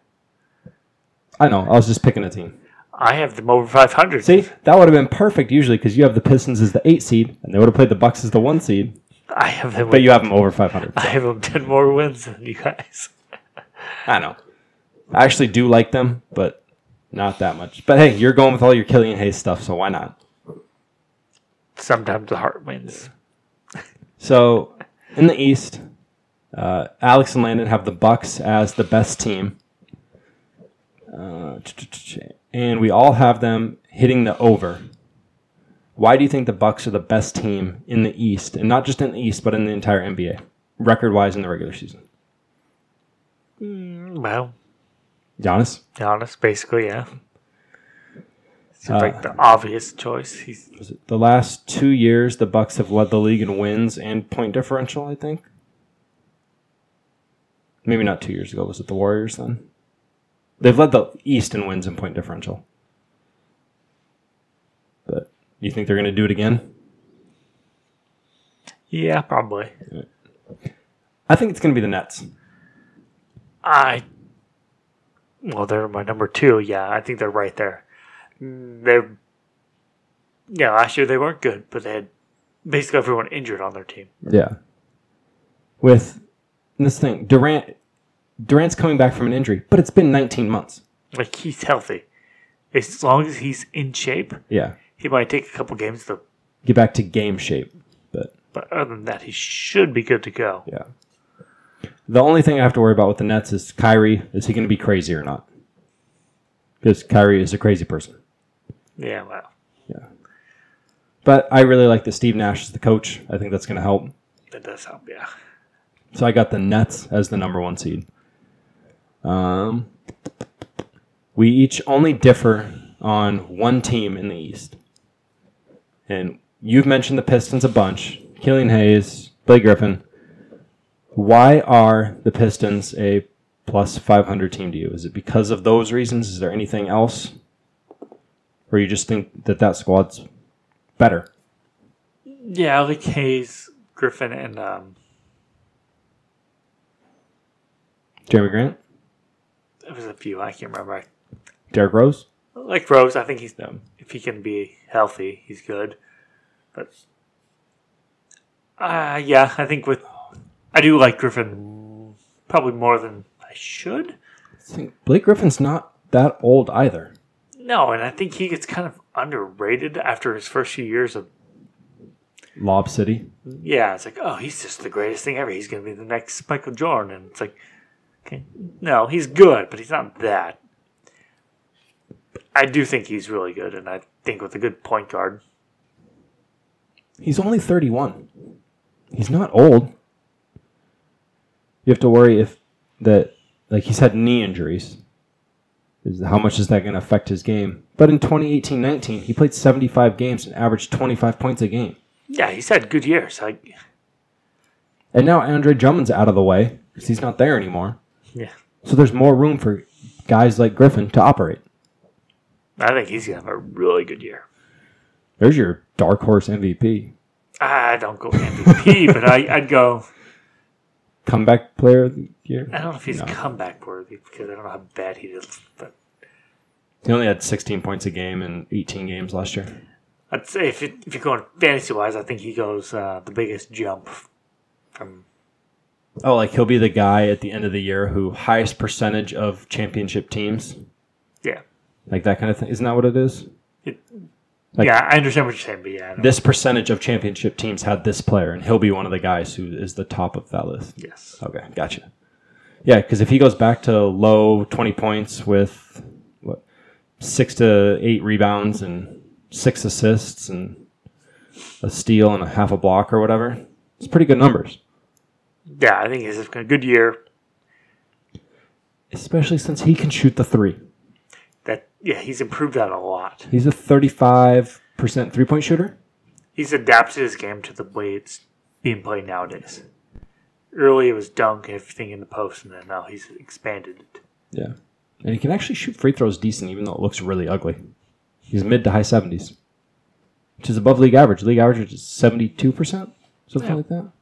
S6: I know. I was just picking a team.
S7: I have them over 500.
S6: See, that would have been perfect usually because you have the Pistons as the eight seed and they would have played the Bucks as the one seed,
S7: I have them.
S6: but you have them over 500.
S7: I have them 10 more wins than you guys.
S6: I know. I actually do like them, but not that much. But hey, you're going with all your Killian Hayes stuff, so why not?
S7: Sometimes the heart wins.
S6: So in the East, uh, Alex and Landon have the Bucks as the best team, uh, and we all have them hitting the over. Why do you think the Bucks are the best team in the East, and not just in the East, but in the entire NBA, record-wise in the regular season?
S7: Well,
S6: Giannis,
S7: honest, basically, yeah. Seems
S6: Uh,
S7: like the obvious choice. He's
S6: was it the last two years the Bucks have led the league in wins and point differential? I think. Maybe not two years ago. Was it the Warriors then? They've led the East in wins and point differential. But you think they're going to do it again?
S7: yeah, probably.
S6: I think it's going to be the Nets.
S7: I well, they're my number two. Yeah, I think they're right there. They're yeah. Last year they weren't good, but they had basically everyone injured on their team.
S6: Yeah. With this thing, Durant, Durant's coming back from an injury, but it's been 19 months.
S7: Like he's healthy, as long as he's in shape,
S6: Yeah,
S7: he might take a couple games though.
S6: get back to game shape. But
S7: But other than that, he should be good to go.
S6: Yeah. The only thing I have to worry about with the Nets is Kyrie. Is he going to be crazy or not? Because Kyrie is a crazy person.
S7: Yeah, well,
S6: But I really like that Steve Nash is the coach. I think that's going to help.
S7: that does help. Yeah,
S6: So I got the Nets as the number one seed. Um, we each only differ on one team in the East. And you've mentioned the Pistons a bunch. Killian Hayes, Blake Griffin. Why are the Pistons a plus 500 team to you? Is it because of those reasons? Is there anything else? Or you just think that that squad's better?
S7: Yeah, I like Hayes, Griffin, and um,
S6: Jeremy Grant?
S7: there was a few I can't remember.
S6: Derek Rose?
S7: Like Rose, I think he's if he can be healthy, he's good. But uh yeah, I think with I do like Griffin probably more than I should.
S6: I think Blake Griffin's not that old either.
S7: No, and I think he gets kind of underrated after his first few years of
S6: Lob City?
S7: yeah, it's like, oh, he's just the greatest thing ever. He's going to be the next Michael Jordan. And it's like, okay, no, he's good, but he's not that. I do think he's really good, and I think with a good point guard,
S6: He's only 31. He's not old. You have to worry if that, like, he's had knee injuries. Is, how much is that going to affect his game? But in 2018 19, he played 75 games and averaged 25 points a game.
S7: yeah, he's had good years. Like,
S6: And now Andre Drummond's out of the way because he's not there anymore.
S7: Yeah.
S6: So there's more room for guys like Griffin to operate.
S7: I think he's going to have a really good year.
S6: There's your dark horse MVP.
S7: I don't go MVP, but I, I'd go.
S6: Comeback player of the year.
S7: I don't know if he's
S6: No.
S7: comeback worthy because I don't know how bad he is, but
S6: He only had 16 points a game in 18 games last year.
S7: I'd say if, it, if you're going fantasy wise, I think he goes uh, the biggest jump from
S6: Oh, like he'll be the guy at the end of the year who highest percentage of championship teams,
S7: yeah.
S6: like that kind of thing. Isn't that what it is? Like-
S7: yeah, I understand what you're saying, but yeah, I don't-
S6: This percentage of championship teams had this player, and he'll be one of the guys who is the top of that list.
S7: yes,
S6: Okay, gotcha. Yeah, because if he goes back to low 20 points with what six to eight rebounds and six assists and a steal and a half a block or whatever, it's pretty good numbers.
S7: yeah, I think he's having a good year.
S6: Especially since he can shoot the three.
S7: That yeah, he's improved that a lot.
S6: He's a 35% three point shooter.
S7: He's adapted his game to the way it's being played nowadays. Early it was dunk and everything in the post, and then now he's expanded it.
S6: Yeah. And he can actually shoot free throws decent, even though it looks really ugly. He's mid to high 70s, which is above league average. League average is 72%, something like that.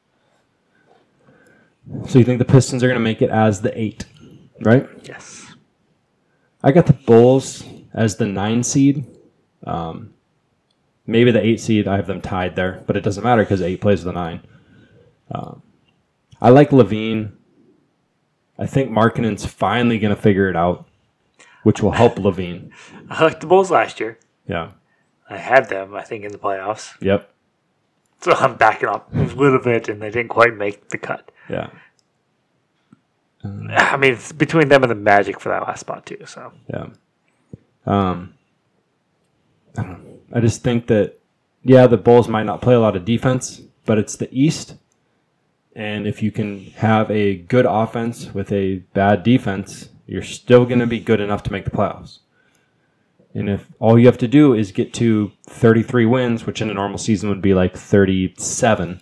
S6: So you think the Pistons are going to make it as the eight, right?
S7: Yes,
S6: I got the Bulls as the nine seed. Um, maybe the eight seed. I have them tied there, but it doesn't matter because eight plays the nine. Um, I like Levine. I think Markkinen's finally going to figure it out, which will help Levine.
S7: I liked the Bulls last year.
S6: Yeah.
S7: I had them, I think, in the playoffs.
S6: Yep.
S7: So I'm backing up a little bit, and they didn't quite make the cut.
S6: Yeah.
S7: I mean, it's between them and the Magic for that last spot too. So
S6: Yeah. Um, I don't know. I just think that, yeah, the Bulls might not play a lot of defense, but it's the East. And if you can have a good offense with a bad defense, you're still going to be good enough to make the playoffs. And if all you have to do is get to 33 wins, which in a normal season would be like 37,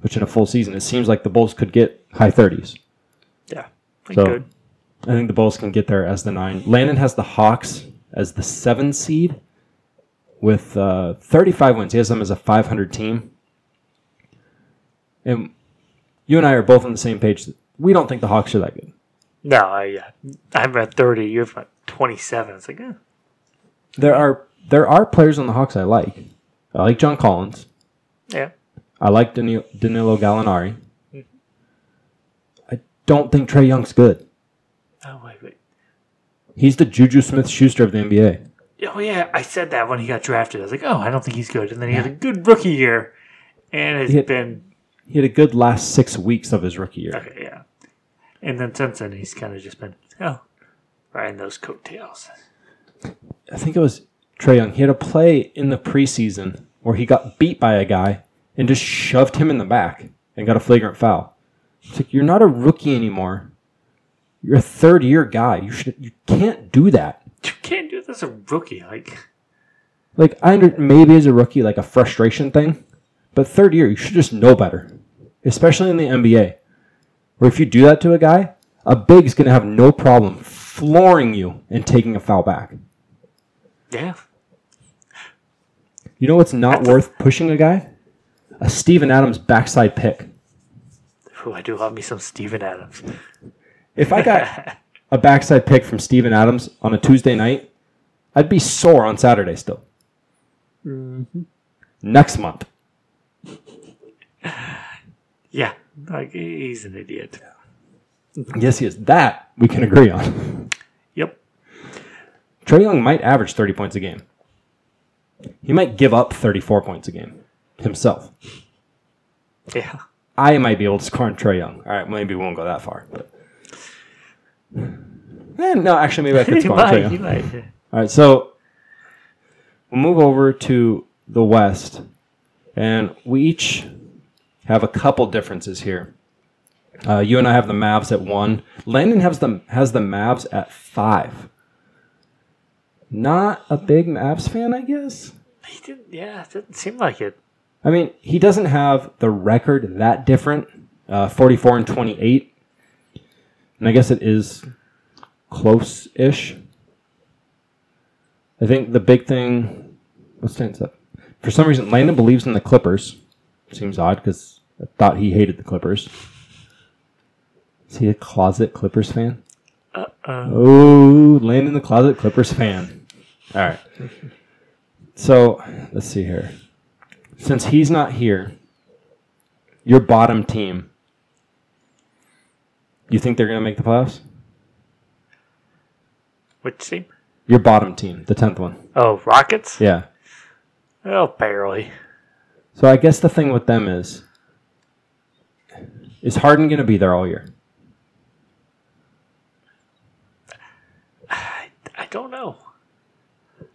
S6: which in a full season, it seems like the Bulls could get high 30s.
S7: yeah, like
S6: So-
S7: good.
S6: I think the Bulls can get there as the nine. Landon has the Hawks as the seven seed with uh, 35 wins. He has them as a 500 team. And you and I are both on the same page. We don't think the Hawks are that good.
S7: No, I uh, I'm at thirty. You're at twenty seven. It's like, eh.
S6: There are there are players on the Hawks I like. I like John Collins.
S7: yeah,
S6: I like Danilo, Danilo Gallinari. I don't think Trey Young's good.
S7: Oh wait, wait.
S6: He's the Juju Smith Schuster of the NBA.
S7: Oh yeah, I said that when he got drafted. I was like, oh, I don't think he's good. And then he had a good rookie year, and it's
S6: He had-
S7: been
S6: He had a good last six weeks of his rookie year.
S7: okay, yeah. And then since then, he's kind of just been oh, riding those coattails.
S6: I think it was Trey Young. He had a play in the preseason where he got beat by a guy and just shoved him in the back and got a flagrant foul. It's like you're not a rookie anymore. You're a third year guy. You should you can't do that.
S7: You can't do this as a rookie. Like,
S6: Like I under, maybe as a rookie like a frustration thing, but third year you should just know better, especially in the NBA. Where if you do that to a guy, a big's going to have no problem flooring you and taking a foul back.
S7: Yeah.
S6: You know what's not worth pushing a guy? A Steven Adams backside pick.
S7: Ooh, I do love me some Steven Adams.
S6: If I got a backside pick from Steven Adams on a Tuesday night, I'd be sore on Saturday still.
S7: Mm-hmm.
S6: Next month.
S7: Yeah. Like he- he's an idiot.
S6: Yes, he is. That we can agree on.
S7: Yep.
S6: Trey Young might average 30 points a game. He might give up 34 points a game himself.
S7: Yeah.
S6: I might be able to score on Trey Young. All right, maybe we won't go that far. But... Eh, no, actually, maybe I could
S7: He
S6: score on Trey
S7: might, he
S6: Young.
S7: might.
S6: All right, so we'll move over to the West, and we each have a couple differences here. Uh, you and I have the Mavs at one. Landon has the has the Mavs at five. Not a big Mavs fan, I guess.
S7: He didn't, yeah, it didn't seem like it.
S6: I mean, he doesn't have the record that different. Uh, 44 and 28. And I guess it is close ish. I think the big thing. What stands up? For some reason, Landon believes in the Clippers. Seems odd because I thought he hated the Clippers. Is he a closet Clippers fan? Uh oh. Landon, the closet Clippers fan. All right. So, let's see here since he's not here, your bottom team, you think they're going to make the playoffs?
S7: Which team?
S6: Your bottom team, the 10th one.
S7: Oh, Rockets?
S6: Yeah.
S7: Oh, barely.
S6: So I guess the thing with them is is Harden going to be there all year?
S7: I don't know.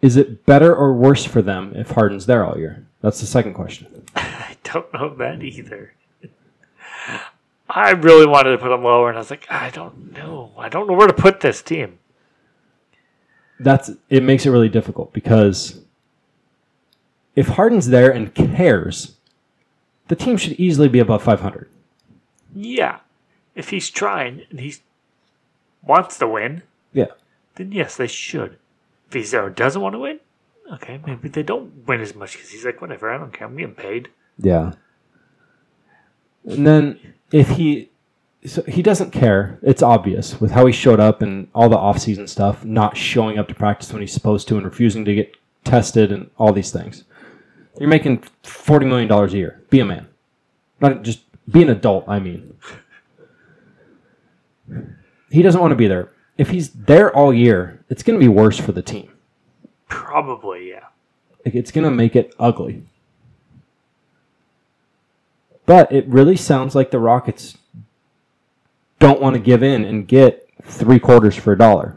S6: Is it better or worse for them if Harden's there all year? That's the second question.
S7: I don't know that either. I really wanted to put them lower, and I was like, I don't know. I don't know where to put this team.
S6: That's it makes it really difficult because if Harden's there and cares, the team should easily be above 500.
S7: Yeah. If he's trying and he wants to win,
S6: Yeah.
S7: then yes, they should. If he's there and doesn't want to win, okay, maybe they don't win as much because he's like, whatever, I don't care. I'm getting paid.
S6: Yeah. And then if he so he doesn't care, it's obvious with how he showed up and all the offseason stuff, not showing up to practice when he's supposed to and refusing to get tested and all these things. You're making forty million dollars a year. Be a man. Not just be an adult, I mean. He doesn't want to be there. If he's there all year, it's gonna be worse for the team.
S7: Probably, yeah.
S6: Like it's gonna make it ugly. But it really sounds like the Rockets don't want to give in and get three quarters for a dollar.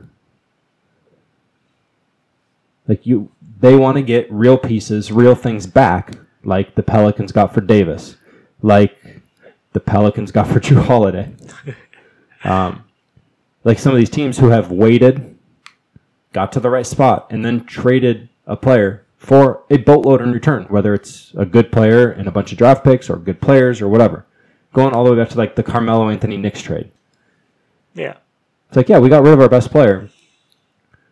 S6: Like you they want to get real pieces, real things back, like the Pelicans got for Davis, like the Pelicans got for Drew Holiday. Um, like some of these teams who have waited got to the right spot, and then traded a player for a boatload in return, whether it's a good player and a bunch of draft picks or good players or whatever. Going all the way back to like the Carmelo Anthony Knicks trade.
S7: Yeah.
S6: It's like, yeah, we got rid of our best player,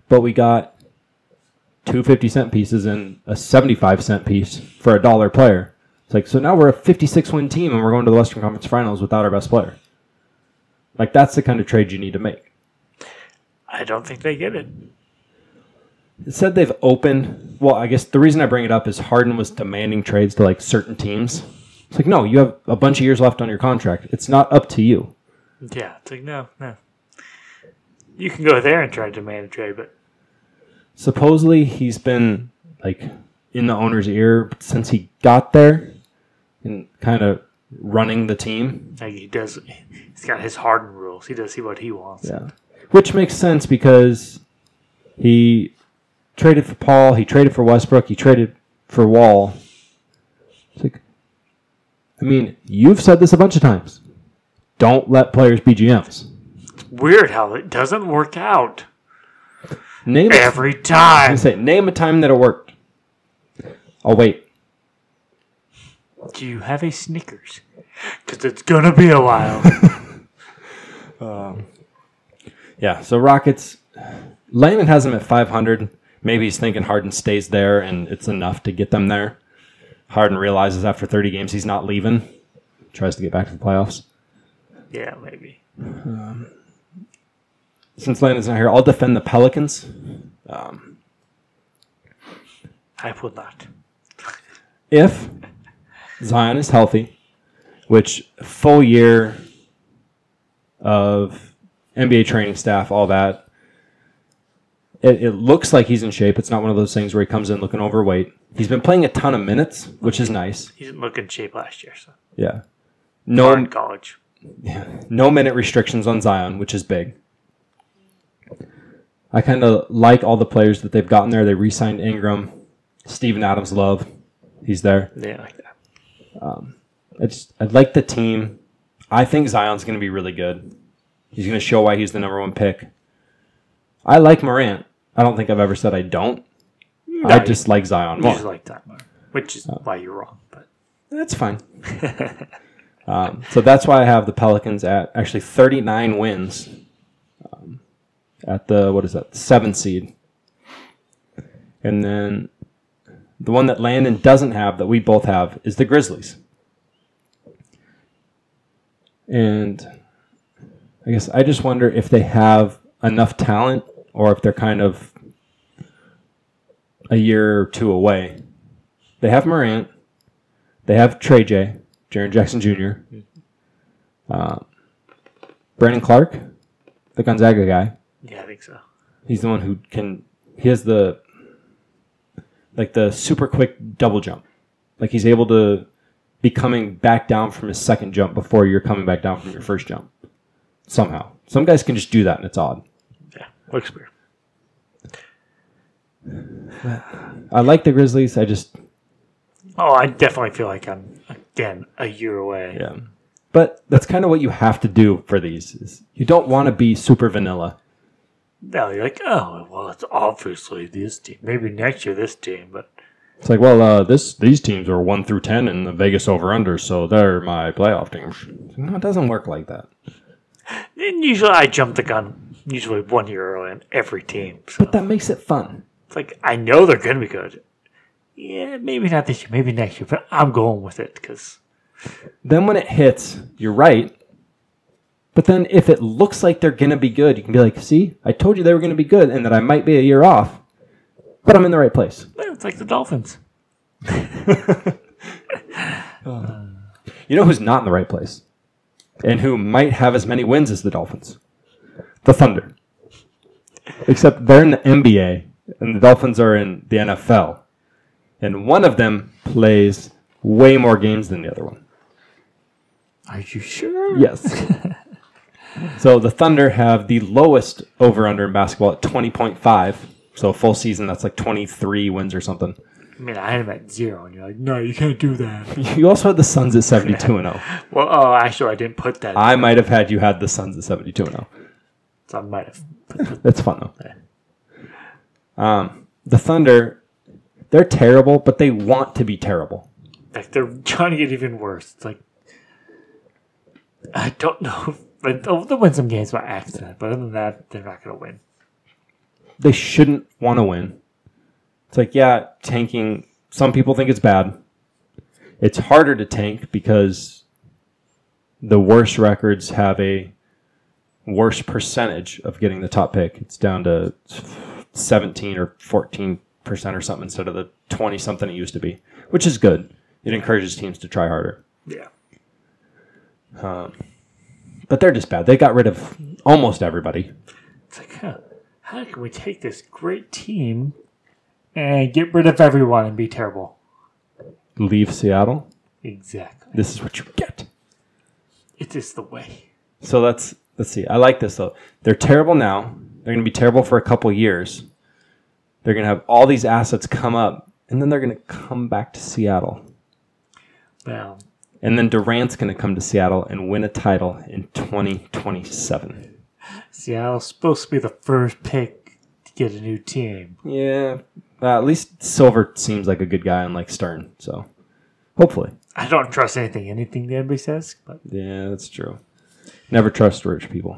S6: but we got two 50 cent pieces and a 75 cent piece for a dollar player. It's like, so now we're a 56 win team and we're going to the Western Conference Finals without our best player. Like, that's the kind of trade you need to make.
S7: I don't think they get it.
S6: It said they've opened. Well, I guess the reason I bring it up is Harden was demanding trades to like certain teams. It's like, no, you have a bunch of years left on your contract. It's not up to you.
S7: Yeah. It's like, no, no. You can go there and try to demand a trade, but
S6: Supposedly, he's been like in the owner's ear since he got there and kind of running the team.
S7: Like he does, he's got his Harden rules. He does see what he wants.
S6: Yeah. Which makes sense because he traded for Paul, he traded for Westbrook, he traded for Wall. It's like, I mean, you've said this a bunch of times. Don't let players be GMs.
S7: Weird how it doesn't work out
S6: Name a,
S7: every
S6: I
S7: time.
S6: say, name a time that it worked. Oh wait,
S7: Do you have a Snickers? Because it's gonna be a while.
S6: Yeah, so Rockets. Landon has them at 500. Maybe he's thinking Harden stays there and it's enough to get them there. Harden realizes after 30 games he's not leaving. Tries to get back to the playoffs.
S7: Yeah, maybe.
S6: Since Landon's not here, I'll defend the Pelicans.
S7: I will not.
S6: if Zion is healthy, which full year of NBA training staff, all that, it, it looks like he's in shape. It's not one of those things where he comes in looking overweight. He's been playing a ton of minutes, which is nice.
S7: He didn't look in shape last year, so
S6: Yeah.
S7: or
S6: No,
S7: in college.
S6: no minute restrictions on Zion, which is big. I kind of like all the players that they've gotten there. They re signed Ingram, Steven Adams, Love. He's there.
S7: Yeah, like that.
S6: I just I like the team. I think Zion's going to be really good. He's going to show why he's the number one pick. I like Morant. I don't think I've ever said I don't. I
S7: you-
S6: just like Zion
S7: You
S6: more.
S7: just like that, which is why you're wrong. But
S6: That's fine. um, so that's why I have the Pelicans at actually 39 wins um, at the, what is that, seven seed. And then the one that Landon doesn't have that we both have is the Grizzlies. And I guess I just wonder if they have enough talent or if they're kind of a year or two away. They have Morant. They have Trey J, Jaron Jackson Jr., uh, Brandon Clark, the Gonzaga guy.
S7: yeah, I think so.
S6: He's the one who can. He has the like the super quick double jump. Like he's able to be coming back down from his second jump before you're coming back down from your first jump. Somehow, some guys can just do that, and it's odd.
S7: Yeah, looks weird.
S6: I like the Grizzlies. I just
S7: Oh, I definitely feel like I'm again a year away.
S6: yeah, but that's kind of what you have to do for these. Is you don't want to be super vanilla.
S7: Now you're like, oh, well, it's obviously this team. Maybe next year this team, but
S6: It's like, well, uh, this these teams are one through ten in the Vegas over under, so they're my playoff teams. No, it doesn't work like that.
S7: and usually I jump the gun. Usually one year early on every team. So
S6: That makes it fun.
S7: it's like I know they're gonna be good. Yeah, maybe not this year, maybe next year, but I'm going with it because
S6: Then when it hits, you're right. But then if it looks like they're gonna be good, you can be like, see, I told you they were gonna be good, and that I might be a year off, but I'm in the right place.
S7: it's like the Dolphins.
S6: You know who's not in the right place, and who might have as many wins as the Dolphins, the Thunder. Except they're in the NBA, and the Dolphins are in the NFL, and one of them plays way more games than the other one.
S7: Are you sure?
S6: Yes. so the Thunder have the lowest over under in basketball at twenty point five. So a full season, that's like twenty three wins or something.
S7: I mean, I had him at zero, and you're like, no, you can't do that.
S6: You also had the Suns at seventy two and zero.
S7: well, oh, actually, I didn't put that.
S6: I might have had you had the Suns at seventy two and oh. zero.
S7: so I might have.
S6: That's fun though. Um, the Thunder, they're terrible, but they want to be terrible.
S7: Like they're trying to get even worse. It's like I don't know. Like, they'll, they'll win some games by accident, but other than that, they're not going to win.
S6: They shouldn't want to win. It's like yeah, tanking. Some people think it's bad. It's harder to tank because the worst records have a worse percentage of getting the top pick. It's down to seventeen or fourteen percent or something instead of the twenty something it used to be, which is good. It encourages teams to try harder.
S7: Yeah.
S6: but they're just bad. They got rid of almost everybody.
S7: It's like, huh, how can we take this great team and get rid of everyone and be terrible?
S6: Leave Seattle.
S7: Exactly.
S6: This is what you get.
S7: It is the way.
S6: So that's let's see. I like this though. They're terrible now. They're going to be terrible for a couple years. They're going to have all these assets come up, and then they're going to come back to Seattle.
S7: Well,
S6: And then Durant's going to come to Seattle and win a title in 2027.
S7: Seattle's supposed to be the first pick to get a new team.
S6: Yeah, uh, at least Silver seems like a good guy, unlike Stern. So hopefully,
S7: I don't trust anything, anything the NBA says, but
S6: yeah, that's true. Never trust rich people.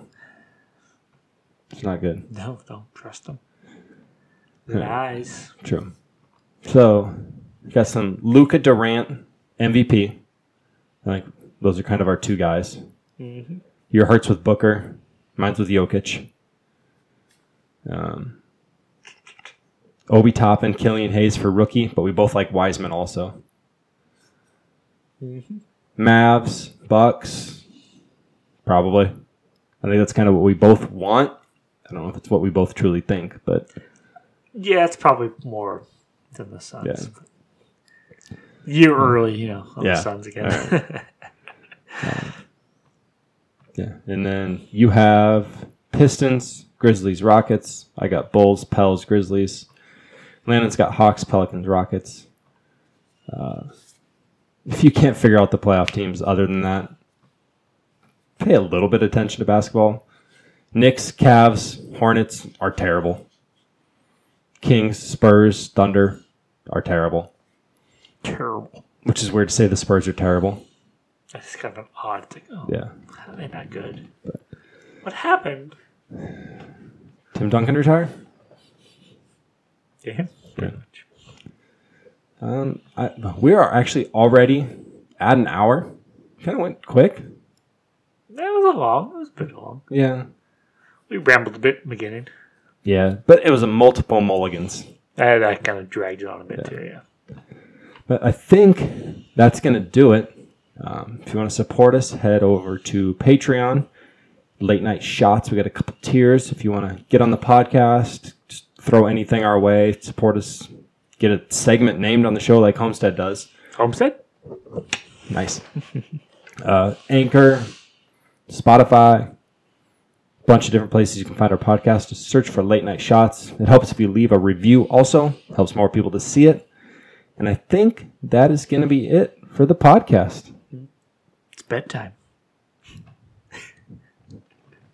S6: It's not good.
S7: No, don't trust them. Lies.
S6: True. So, we got some Luca Durant MVP. Like those are kind of our two guys. Your heart's with Booker, mine's with Jokic. Um, Obi Toppin, Killian Hayes for rookie, but we both like Wiseman also. Mavs, Bucks, probably. I think that's kind of what we both want. I don't know if it's what we both truly think, but
S7: Yeah, it's probably more than the Suns.
S6: Yeah.
S7: but- Year early, you know, on
S6: Yeah.
S7: the Suns again.
S6: Yeah. And then you have Pistons, Grizzlies, Rockets. I got Bulls, Pels, Grizzlies. Landon's got Hawks, Pelicans, Rockets. Uh, if you can't figure out the playoff teams other than that, pay a little bit of attention to basketball. Knicks, Cavs, Hornets are terrible. Kings, Spurs, Thunder are terrible.
S7: Terrible.
S6: Which is weird to say the Spurs are terrible.
S7: That's kind of odd. It's like, oh,
S6: Yeah.
S7: how are they not good? What happened?
S6: Tim Duncan retire?
S7: Yeah. Pretty much.
S6: Um, I, we are actually already at an hour. Kind of went quick.
S7: That was a long. It was a bit long.
S6: Yeah.
S7: We rambled a bit in the beginning.
S6: Yeah, but it was a multiple mulligans.
S7: Uh, that kind of dragged it on a bit too. Yeah.
S6: But I think that's going to do it. Um, if you want to support us, head over to Patreon. Late night shots. We got a couple tiers. If you want to get on the podcast, just throw anything our way. Support us. Get a segment named on the show like Homestead does.
S7: Homestead.
S6: Nice. uh, Anchor, Spotify, bunch of different places you can find our podcast. Just search for Late Night Shots. It helps if you leave a review. Also helps more people to see it. And I think that is going to be it for the podcast.
S7: It's bedtime.